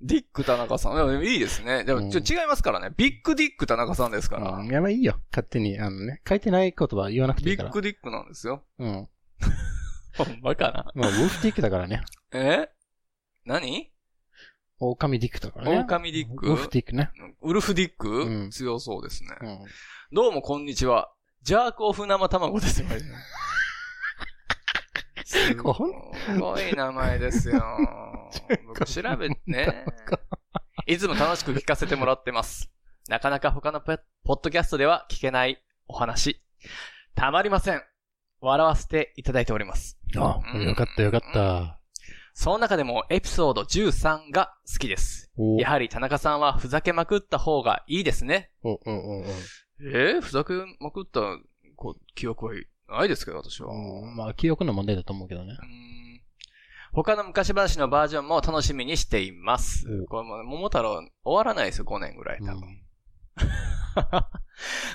[SPEAKER 1] ディック田中さん。でもいいですね。でも、ちょ、違いますからね。ビッグディック田中さんですから。
[SPEAKER 2] うん、やばいいよ。勝手に、あのね、書いてない言葉言わなくてい
[SPEAKER 1] ビ
[SPEAKER 2] いから。
[SPEAKER 1] ッグディックなんですよ。
[SPEAKER 2] うん。
[SPEAKER 1] ほんまかな。
[SPEAKER 2] まあ、ウルフディックだか らね。
[SPEAKER 1] え何
[SPEAKER 2] 狼ディックだからね。
[SPEAKER 1] 狼ディック
[SPEAKER 2] ウルフディックね。
[SPEAKER 1] ウルフディック、
[SPEAKER 2] うん
[SPEAKER 1] 強そうですね。
[SPEAKER 2] うん。
[SPEAKER 1] どうも、こんにちは。ジャークオフ生卵ですよ。 す
[SPEAKER 2] こん
[SPEAKER 1] ごい名前です よ。僕調べてね。いつも楽しく聞かせてもらってます。なかなか他のポポッドキャストでは聞けないお話。たまりません。笑わせていただいております。
[SPEAKER 2] あ、よかったよかった。
[SPEAKER 1] その中でもエピソード13が好きです。
[SPEAKER 2] お
[SPEAKER 1] やはり田中さんはふざけまくった方がいいですね。
[SPEAKER 2] おおお
[SPEAKER 1] えーふざけまくったこう記憶はないですけど、私は。
[SPEAKER 2] おうんまあ、記憶の問題だと思うけどね
[SPEAKER 1] う。ん他の昔話のバージョンも楽しみにしています。これも、桃太郎終わらないですよ、5年ぐらい多分。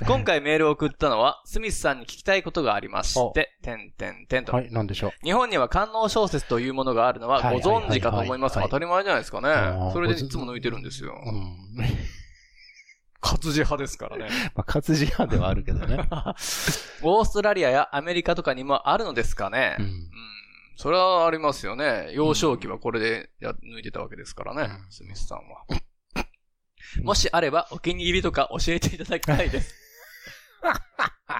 [SPEAKER 1] 今回メールを送ったのは、スミスさんに聞きたいことがありまして、てんてんてんと。
[SPEAKER 2] はい、なんでしょう。
[SPEAKER 1] 日本には官能小説というものがあるのは
[SPEAKER 2] はい
[SPEAKER 1] ご存知かと思いますが、
[SPEAKER 2] は
[SPEAKER 1] 当
[SPEAKER 2] いはいはいはい
[SPEAKER 1] たり前じゃないですか
[SPEAKER 2] あ
[SPEAKER 1] ね。
[SPEAKER 2] ー
[SPEAKER 1] それでいつも抜いてるんですよ。
[SPEAKER 2] うん。
[SPEAKER 1] 活字派ですからね。
[SPEAKER 2] まあ、活字派ではあるけど ね。
[SPEAKER 1] オーストラリアやアメリカとかにもあるのですかね。
[SPEAKER 2] う
[SPEAKER 1] うん
[SPEAKER 2] ん。
[SPEAKER 1] それはありますよね。幼少期はこれでや抜いてたわけですからね、
[SPEAKER 2] うん
[SPEAKER 1] スミスさんは。 もしあれば、お気に入りとか教えていただきたい です。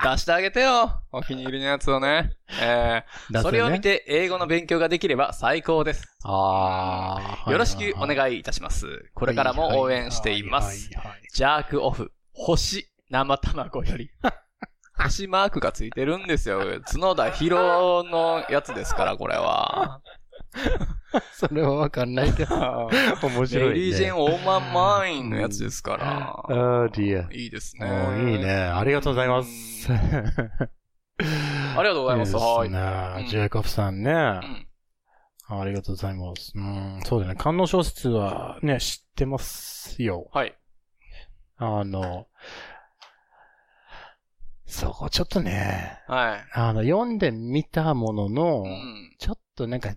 [SPEAKER 1] 出してあげてよ。お気に入りのやつを ね。えー
[SPEAKER 2] だっ
[SPEAKER 1] そ
[SPEAKER 2] てね
[SPEAKER 1] れを見。て英語の勉強ができれば最高です。
[SPEAKER 2] ああ。
[SPEAKER 1] よろしくお
[SPEAKER 2] い。
[SPEAKER 1] 願いいたします。これからも応援しています。
[SPEAKER 2] はいはいはい
[SPEAKER 1] ジャークオフ、星、生卵 より。星マークがついてるんですよ。角田博のやつですから、これは。
[SPEAKER 2] それはわかんない けど、面
[SPEAKER 1] メ
[SPEAKER 2] 白い、ね。
[SPEAKER 1] リージェン・オーマン・マインのやつですか
[SPEAKER 2] あ
[SPEAKER 1] ら。
[SPEAKER 2] ー、ディア。
[SPEAKER 1] いいです
[SPEAKER 2] お
[SPEAKER 1] ね。
[SPEAKER 2] ーいいね。。ありがとうございます。
[SPEAKER 1] うん
[SPEAKER 2] あ
[SPEAKER 1] ありがとうございます。はい。うん。
[SPEAKER 2] ね。ジェイコブさんね。ありがとうございます。うん、そうだね。観音小説はね、知ってますよ。
[SPEAKER 1] はい。
[SPEAKER 2] あの、そこちょっとね、
[SPEAKER 1] はい。
[SPEAKER 2] あの、読んでみたものの、
[SPEAKER 1] うん。
[SPEAKER 2] ちょっとなんか、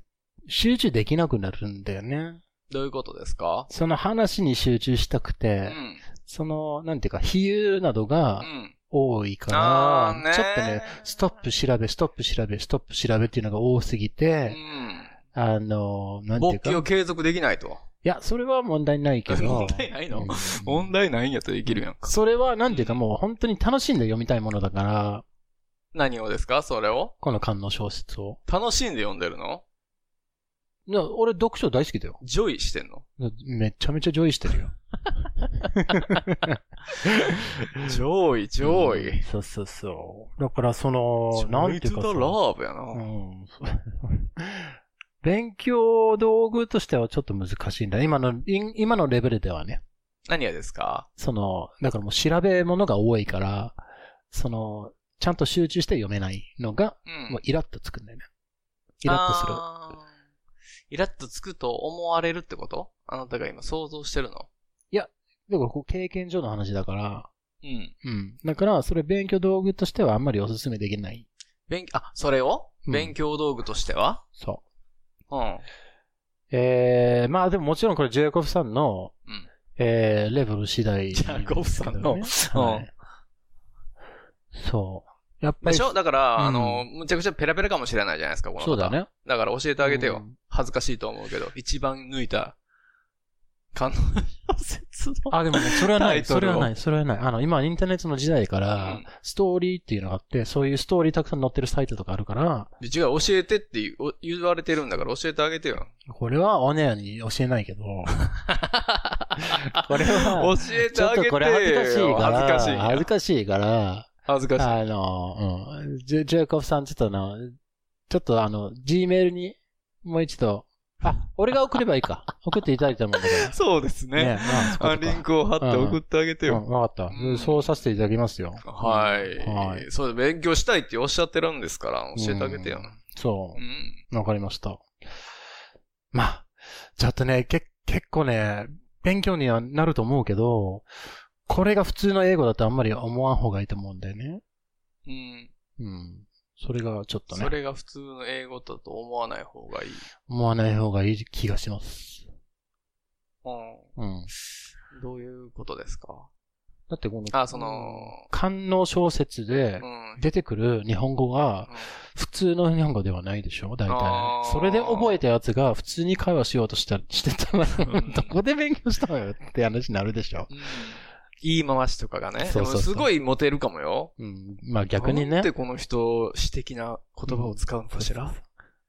[SPEAKER 2] 集中できなくなるんだよね。
[SPEAKER 1] どういうことですか
[SPEAKER 2] その話に集中したく
[SPEAKER 1] う
[SPEAKER 2] て、
[SPEAKER 1] ん。
[SPEAKER 2] その、なんていうか、比喩など
[SPEAKER 1] う
[SPEAKER 2] が
[SPEAKER 1] ん。
[SPEAKER 2] 多いか
[SPEAKER 1] あーねー
[SPEAKER 2] ら、ちょっとね、ストップ調べ、ストップ調べ、ストップ調べっていうのが多すぎ
[SPEAKER 1] う
[SPEAKER 2] て、
[SPEAKER 1] ん。
[SPEAKER 2] あの、なんてい
[SPEAKER 1] 勃
[SPEAKER 2] うか、
[SPEAKER 1] 起を継続できないと。
[SPEAKER 2] いや、それは問題ないけど。
[SPEAKER 1] 問題ないの
[SPEAKER 2] うん
[SPEAKER 1] 問題ないんやとできるやんか。
[SPEAKER 2] それは、なんていうかもう本当に楽しんで読みたいものだから、
[SPEAKER 1] 何をですかそれを
[SPEAKER 2] この観音小説を。
[SPEAKER 1] 楽しんで読んでるの
[SPEAKER 2] いや俺読書大好きだよ。
[SPEAKER 1] ジョイしてんの
[SPEAKER 2] めちゃめちゃ上位してるよ。
[SPEAKER 1] 上位、上
[SPEAKER 2] うん
[SPEAKER 1] 位。
[SPEAKER 2] そうそうそう。だからその、なんていうか
[SPEAKER 1] ジョイズ・ザ・
[SPEAKER 2] さ
[SPEAKER 1] ラブや
[SPEAKER 2] う
[SPEAKER 1] な。
[SPEAKER 2] ん。 勉強道具としてはちょっと難しいんだ。今の、い今のレベルではね。
[SPEAKER 1] 何がですか
[SPEAKER 2] その、だからもう調べ物が多いから、その、ちゃんと集中して読めないのが、
[SPEAKER 1] うん
[SPEAKER 2] もうイラッとつくんだよね。イラッとする。
[SPEAKER 1] あーイラッとつくと思われるってことあなたが今想像してるの。
[SPEAKER 2] だからこう経験上の話だから、
[SPEAKER 1] うん。
[SPEAKER 2] うん。だから、それ勉強道具としてはあんまりおすすめできない。
[SPEAKER 1] 勉、あ、それを
[SPEAKER 2] うん
[SPEAKER 1] 勉強道具としては
[SPEAKER 2] そ
[SPEAKER 1] うん。
[SPEAKER 2] う。えー、まあでももちろんこれ、ジェイコフさんの、
[SPEAKER 1] うん
[SPEAKER 2] えー、レベル次第、
[SPEAKER 1] ジェイコフさんの
[SPEAKER 2] なんですけどねはいそう。やっ
[SPEAKER 1] で
[SPEAKER 2] ぱり、
[SPEAKER 1] しょだから、
[SPEAKER 2] うん
[SPEAKER 1] あの、むちゃくちゃペラペラかもしれないじゃないですか、この方。
[SPEAKER 2] そうだ。ね。
[SPEAKER 1] だから教えてあげてよ。
[SPEAKER 2] うん
[SPEAKER 1] 恥ずかしいと思うけど、一番抜いた、 感動小説の。
[SPEAKER 2] あ、でもね、それはな
[SPEAKER 1] タイ
[SPEAKER 2] い、
[SPEAKER 1] トルを
[SPEAKER 2] それはない、それはない。あの、今、インターネットの時代か
[SPEAKER 1] う
[SPEAKER 2] ら
[SPEAKER 1] ん、
[SPEAKER 2] ストーリーっていうのがあって、そういうストーリーたくさん載ってるサイトとかあるから、
[SPEAKER 1] で違う、教えてって言う言われてるんだから教えてあげてよ。
[SPEAKER 2] これはオネアに教えな いけど、これは
[SPEAKER 1] 教えて
[SPEAKER 2] ちょ
[SPEAKER 1] あ
[SPEAKER 2] っ
[SPEAKER 1] げて
[SPEAKER 2] と
[SPEAKER 1] よ。
[SPEAKER 2] これ恥ずかしいから、
[SPEAKER 1] 恥ずかしいんや。
[SPEAKER 2] 恥ずかしいから、
[SPEAKER 1] 恥ずかしい。
[SPEAKER 2] あの、うん。ジェジェイコブさん、ちょっとな、ちょっとあの、G メールに、もう一度、あ、俺が送ればいいか。 送っていただいたもんだから。
[SPEAKER 1] そうですね。
[SPEAKER 2] ね、まあ、そこ
[SPEAKER 1] あ
[SPEAKER 2] とか
[SPEAKER 1] リンクを貼って送ってあげて
[SPEAKER 2] う
[SPEAKER 1] よ。
[SPEAKER 2] ん、わかった、うんそうさせていただきますよ。
[SPEAKER 1] はい、
[SPEAKER 2] はい
[SPEAKER 1] そう、勉強したいっておっしゃってるんですから、教えてあげてよ。
[SPEAKER 2] うんそう
[SPEAKER 1] う。ん。
[SPEAKER 2] わかりました。まあ、ちょっとね、け、結構ね、勉強にはなると思うけど、これが普通の英語だとあんまり思わん方がいいと思うんだよね。
[SPEAKER 1] うん。
[SPEAKER 2] うん。それがちょっと
[SPEAKER 1] そ
[SPEAKER 2] ね、
[SPEAKER 1] れが普通の英語だと思わない方がいい。
[SPEAKER 2] 思わない方がいい気がします。
[SPEAKER 1] う
[SPEAKER 2] うん。
[SPEAKER 1] ん。どういうことですか
[SPEAKER 2] だってこの、
[SPEAKER 1] あ、その、
[SPEAKER 2] 官能小説で
[SPEAKER 1] うん。うん
[SPEAKER 2] 出てくる日本語が普通の日本語ではないでしょ大
[SPEAKER 1] あ
[SPEAKER 2] 体。
[SPEAKER 1] ー
[SPEAKER 2] それで覚えたやつが普通に会話しようとした、 してたら、
[SPEAKER 1] ん
[SPEAKER 2] どこで勉強したのよって話になるでしょ
[SPEAKER 1] うん言い回しとかがね。
[SPEAKER 2] そうそうそ
[SPEAKER 1] でもす
[SPEAKER 2] う
[SPEAKER 1] ごいモテるかもよ。
[SPEAKER 2] うん。まあ逆
[SPEAKER 1] な
[SPEAKER 2] にね
[SPEAKER 1] んで。この人、詩的な言葉を使うのかしら、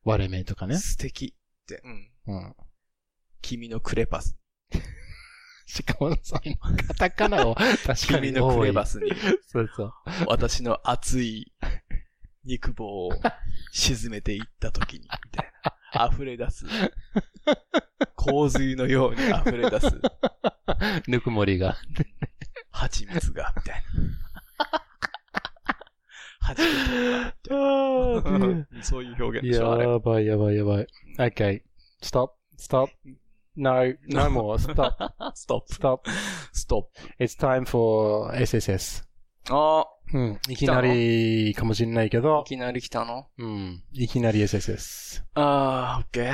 [SPEAKER 2] 割れ目とかね。
[SPEAKER 1] 素敵って。うん。
[SPEAKER 2] うん。
[SPEAKER 1] 君のクレ パス。
[SPEAKER 2] しかも、その、カタカナを確か
[SPEAKER 1] 君
[SPEAKER 2] に
[SPEAKER 1] のク
[SPEAKER 2] 多
[SPEAKER 1] レ
[SPEAKER 2] い。
[SPEAKER 1] バスに、
[SPEAKER 2] そうそう。
[SPEAKER 1] 私の熱い肉棒を沈めていった時に、みたいな。溢れ出す。洪水のように溢れ出す。
[SPEAKER 2] ぬくもりが。
[SPEAKER 1] 蜂蜜が、みたいな。蜂蜜。そういう表現でしょ、あれ。
[SPEAKER 2] やばいやばいやばい。Okay. Stop. Stop. No, no more. Stop.
[SPEAKER 1] ストッ
[SPEAKER 2] Stop.
[SPEAKER 1] プ。スト
[SPEAKER 2] It's time for SSS.
[SPEAKER 1] ップ。あ
[SPEAKER 2] うん。いきなりかもしれないけ
[SPEAKER 1] あ、い
[SPEAKER 2] ど、
[SPEAKER 1] きなり来たの
[SPEAKER 2] うん。いきなり SSS.
[SPEAKER 1] ああ、オッケー。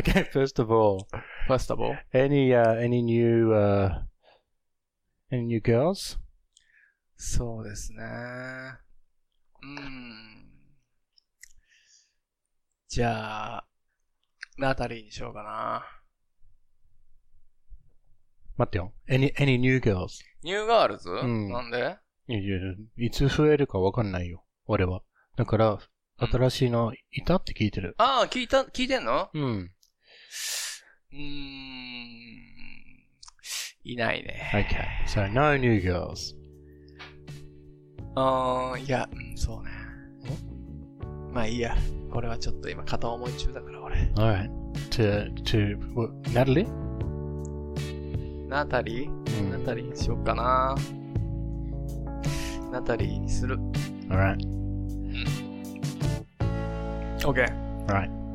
[SPEAKER 2] Okay, first of all,
[SPEAKER 1] First of all,
[SPEAKER 2] any, uh, any new, uh, any new girls?
[SPEAKER 1] そうですね。うん。じゃあ、ナタリーにしようかな。
[SPEAKER 2] 待ってよ。any, any new girls?
[SPEAKER 1] ニューガールズ、
[SPEAKER 2] ん
[SPEAKER 1] なんで
[SPEAKER 2] いやいや、いつ増えるかわかんないよ。俺は。だから、
[SPEAKER 1] うん
[SPEAKER 2] 新しいのいたって聞いてる。
[SPEAKER 1] ああ、聞いた、聞いてんの
[SPEAKER 2] う
[SPEAKER 1] う
[SPEAKER 2] ん。
[SPEAKER 1] ーん。いないね。
[SPEAKER 2] Okay. So, no new girls.
[SPEAKER 1] あー、いや、うん、そうね。まあいいや。これはちょっと今片思い中だから俺。
[SPEAKER 2] Alright. To, to, what, Natalie?
[SPEAKER 1] ナタリー
[SPEAKER 2] うん
[SPEAKER 1] ナタリーにしよっかな。ナタリーにする。
[SPEAKER 2] Alright.
[SPEAKER 1] OK。
[SPEAKER 2] Alright.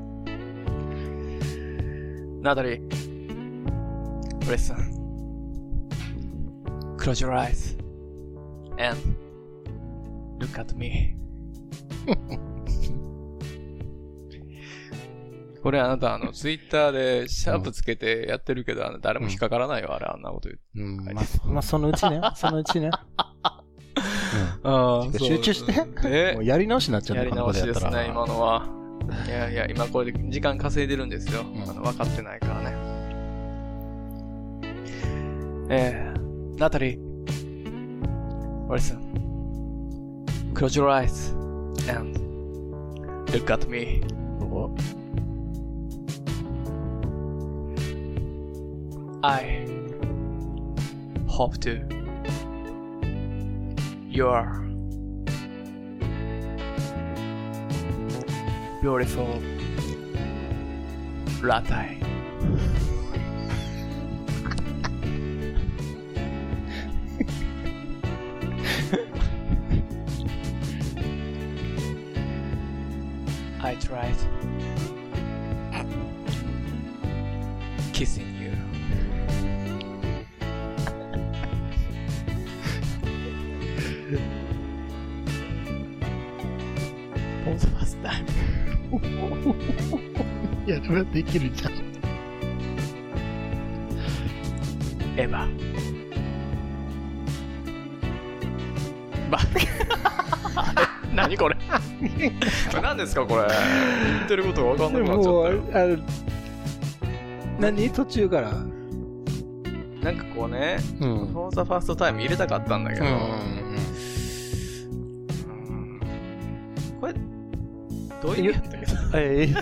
[SPEAKER 1] ナタリー。Listen. Close your eyes. And look at me. これあなた、あの、ツイッターでシャープつけてやってるけど、あの誰も引っかからないよ、あれ、あんなこと言って。
[SPEAKER 2] うん、まあ、まあ、そのうちね。そのう ちね。
[SPEAKER 1] あ
[SPEAKER 2] ー集中してうん、
[SPEAKER 1] で
[SPEAKER 2] もう、やり直しになっちゃう
[SPEAKER 1] や
[SPEAKER 2] ね
[SPEAKER 1] り
[SPEAKER 2] この
[SPEAKER 1] 直
[SPEAKER 2] こと
[SPEAKER 1] し
[SPEAKER 2] や
[SPEAKER 1] で
[SPEAKER 2] っ
[SPEAKER 1] す
[SPEAKER 2] たら。
[SPEAKER 1] ね、今のは。いやいや、今これで時間稼いでるんですよ。
[SPEAKER 2] ん
[SPEAKER 1] あの分かってないからね。えー、ナタリー。Listen. Close your eyes and look at me. I hope to you're beautiful Ratai. I tried kissing you. For the first time.
[SPEAKER 2] いや、それできるじゃん。
[SPEAKER 1] ever. But 何これ 何ですかこれ言ってることが分かんなくなっちゃ
[SPEAKER 2] も
[SPEAKER 1] った
[SPEAKER 2] う
[SPEAKER 1] よ、
[SPEAKER 2] あの、何途中から。うん。
[SPEAKER 1] なんかこうね
[SPEAKER 2] うん
[SPEAKER 1] 「フォーザファーストタイム入れたかったんだけど、うんこれどういう意味やったっけ
[SPEAKER 2] え ー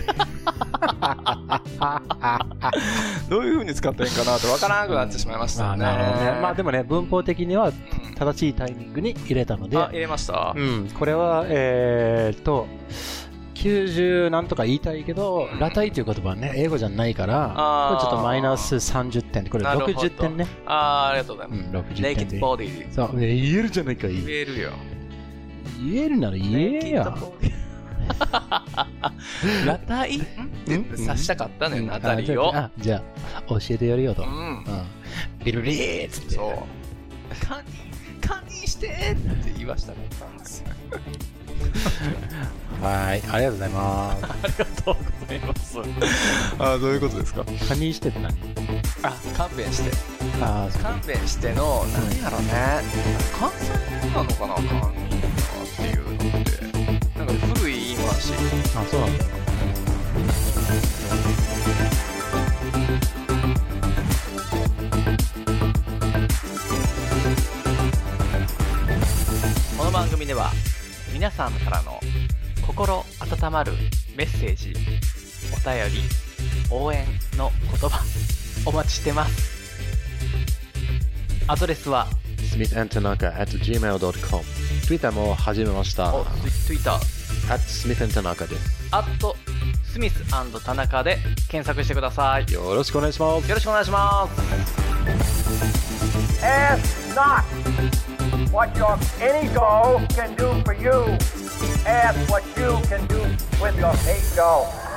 [SPEAKER 1] どういう風に使っていいんかなって分からなくなってしまいまし
[SPEAKER 2] ま
[SPEAKER 1] た
[SPEAKER 2] あ、
[SPEAKER 1] ね
[SPEAKER 2] なるほどね。まあ、でもね、文法的には
[SPEAKER 1] うん
[SPEAKER 2] 正しいタイミングに入れたので、
[SPEAKER 1] あ入れました、
[SPEAKER 2] うん、これは、えーっと、90なんとか言いたいけど、
[SPEAKER 1] うん
[SPEAKER 2] ラタイという言葉はね、英語じゃないから、
[SPEAKER 1] あー
[SPEAKER 2] これちょっとマイナス30点、これ
[SPEAKER 1] なるほど
[SPEAKER 2] 60点ね。
[SPEAKER 1] あーありがとうございうま
[SPEAKER 2] ん
[SPEAKER 1] す、、
[SPEAKER 2] 60
[SPEAKER 1] Naked
[SPEAKER 2] 点で。
[SPEAKER 1] Body
[SPEAKER 2] そう、ね言えるじゃないか、いい
[SPEAKER 1] 言えるよ
[SPEAKER 2] 言えるなら言え
[SPEAKER 1] Naked
[SPEAKER 2] や。
[SPEAKER 1] Body ナタイんって
[SPEAKER 2] うん
[SPEAKER 1] 刺したかったのよ、
[SPEAKER 2] うん
[SPEAKER 1] ナタリーを。
[SPEAKER 2] あじゃあ、あじゃあ教えてやるよ
[SPEAKER 1] う
[SPEAKER 2] と。うん
[SPEAKER 1] ん。
[SPEAKER 2] ビリビリーっつって。
[SPEAKER 1] そう。カニ、カニしてって言わしたかったんですよ。
[SPEAKER 2] はい、ありがとうございま
[SPEAKER 1] ありがとうございます。あどういうことですか
[SPEAKER 2] す。カニしてって何
[SPEAKER 1] あ、勘弁して。
[SPEAKER 2] ああ、
[SPEAKER 1] 勘弁しての、なんやろね。関西弁なのかな、勘弁っていうのって。なんか古い言い回し。
[SPEAKER 2] あ、そうなんだ。
[SPEAKER 1] この番組では皆さんからの心温まるメッセージお便り応援の言葉お待ちしてますアドレスは
[SPEAKER 7] smithandtanaka at gmail.com。Twitter も始めました。
[SPEAKER 1] お Twitter
[SPEAKER 7] at smithandtanaka です。
[SPEAKER 1] アットスミス田中で検索してくださいよ
[SPEAKER 7] よろしくお願いします。
[SPEAKER 1] ろしくお願いします
[SPEAKER 5] Ask not what your any dough can do for you. Ask what you can do with your paid dough.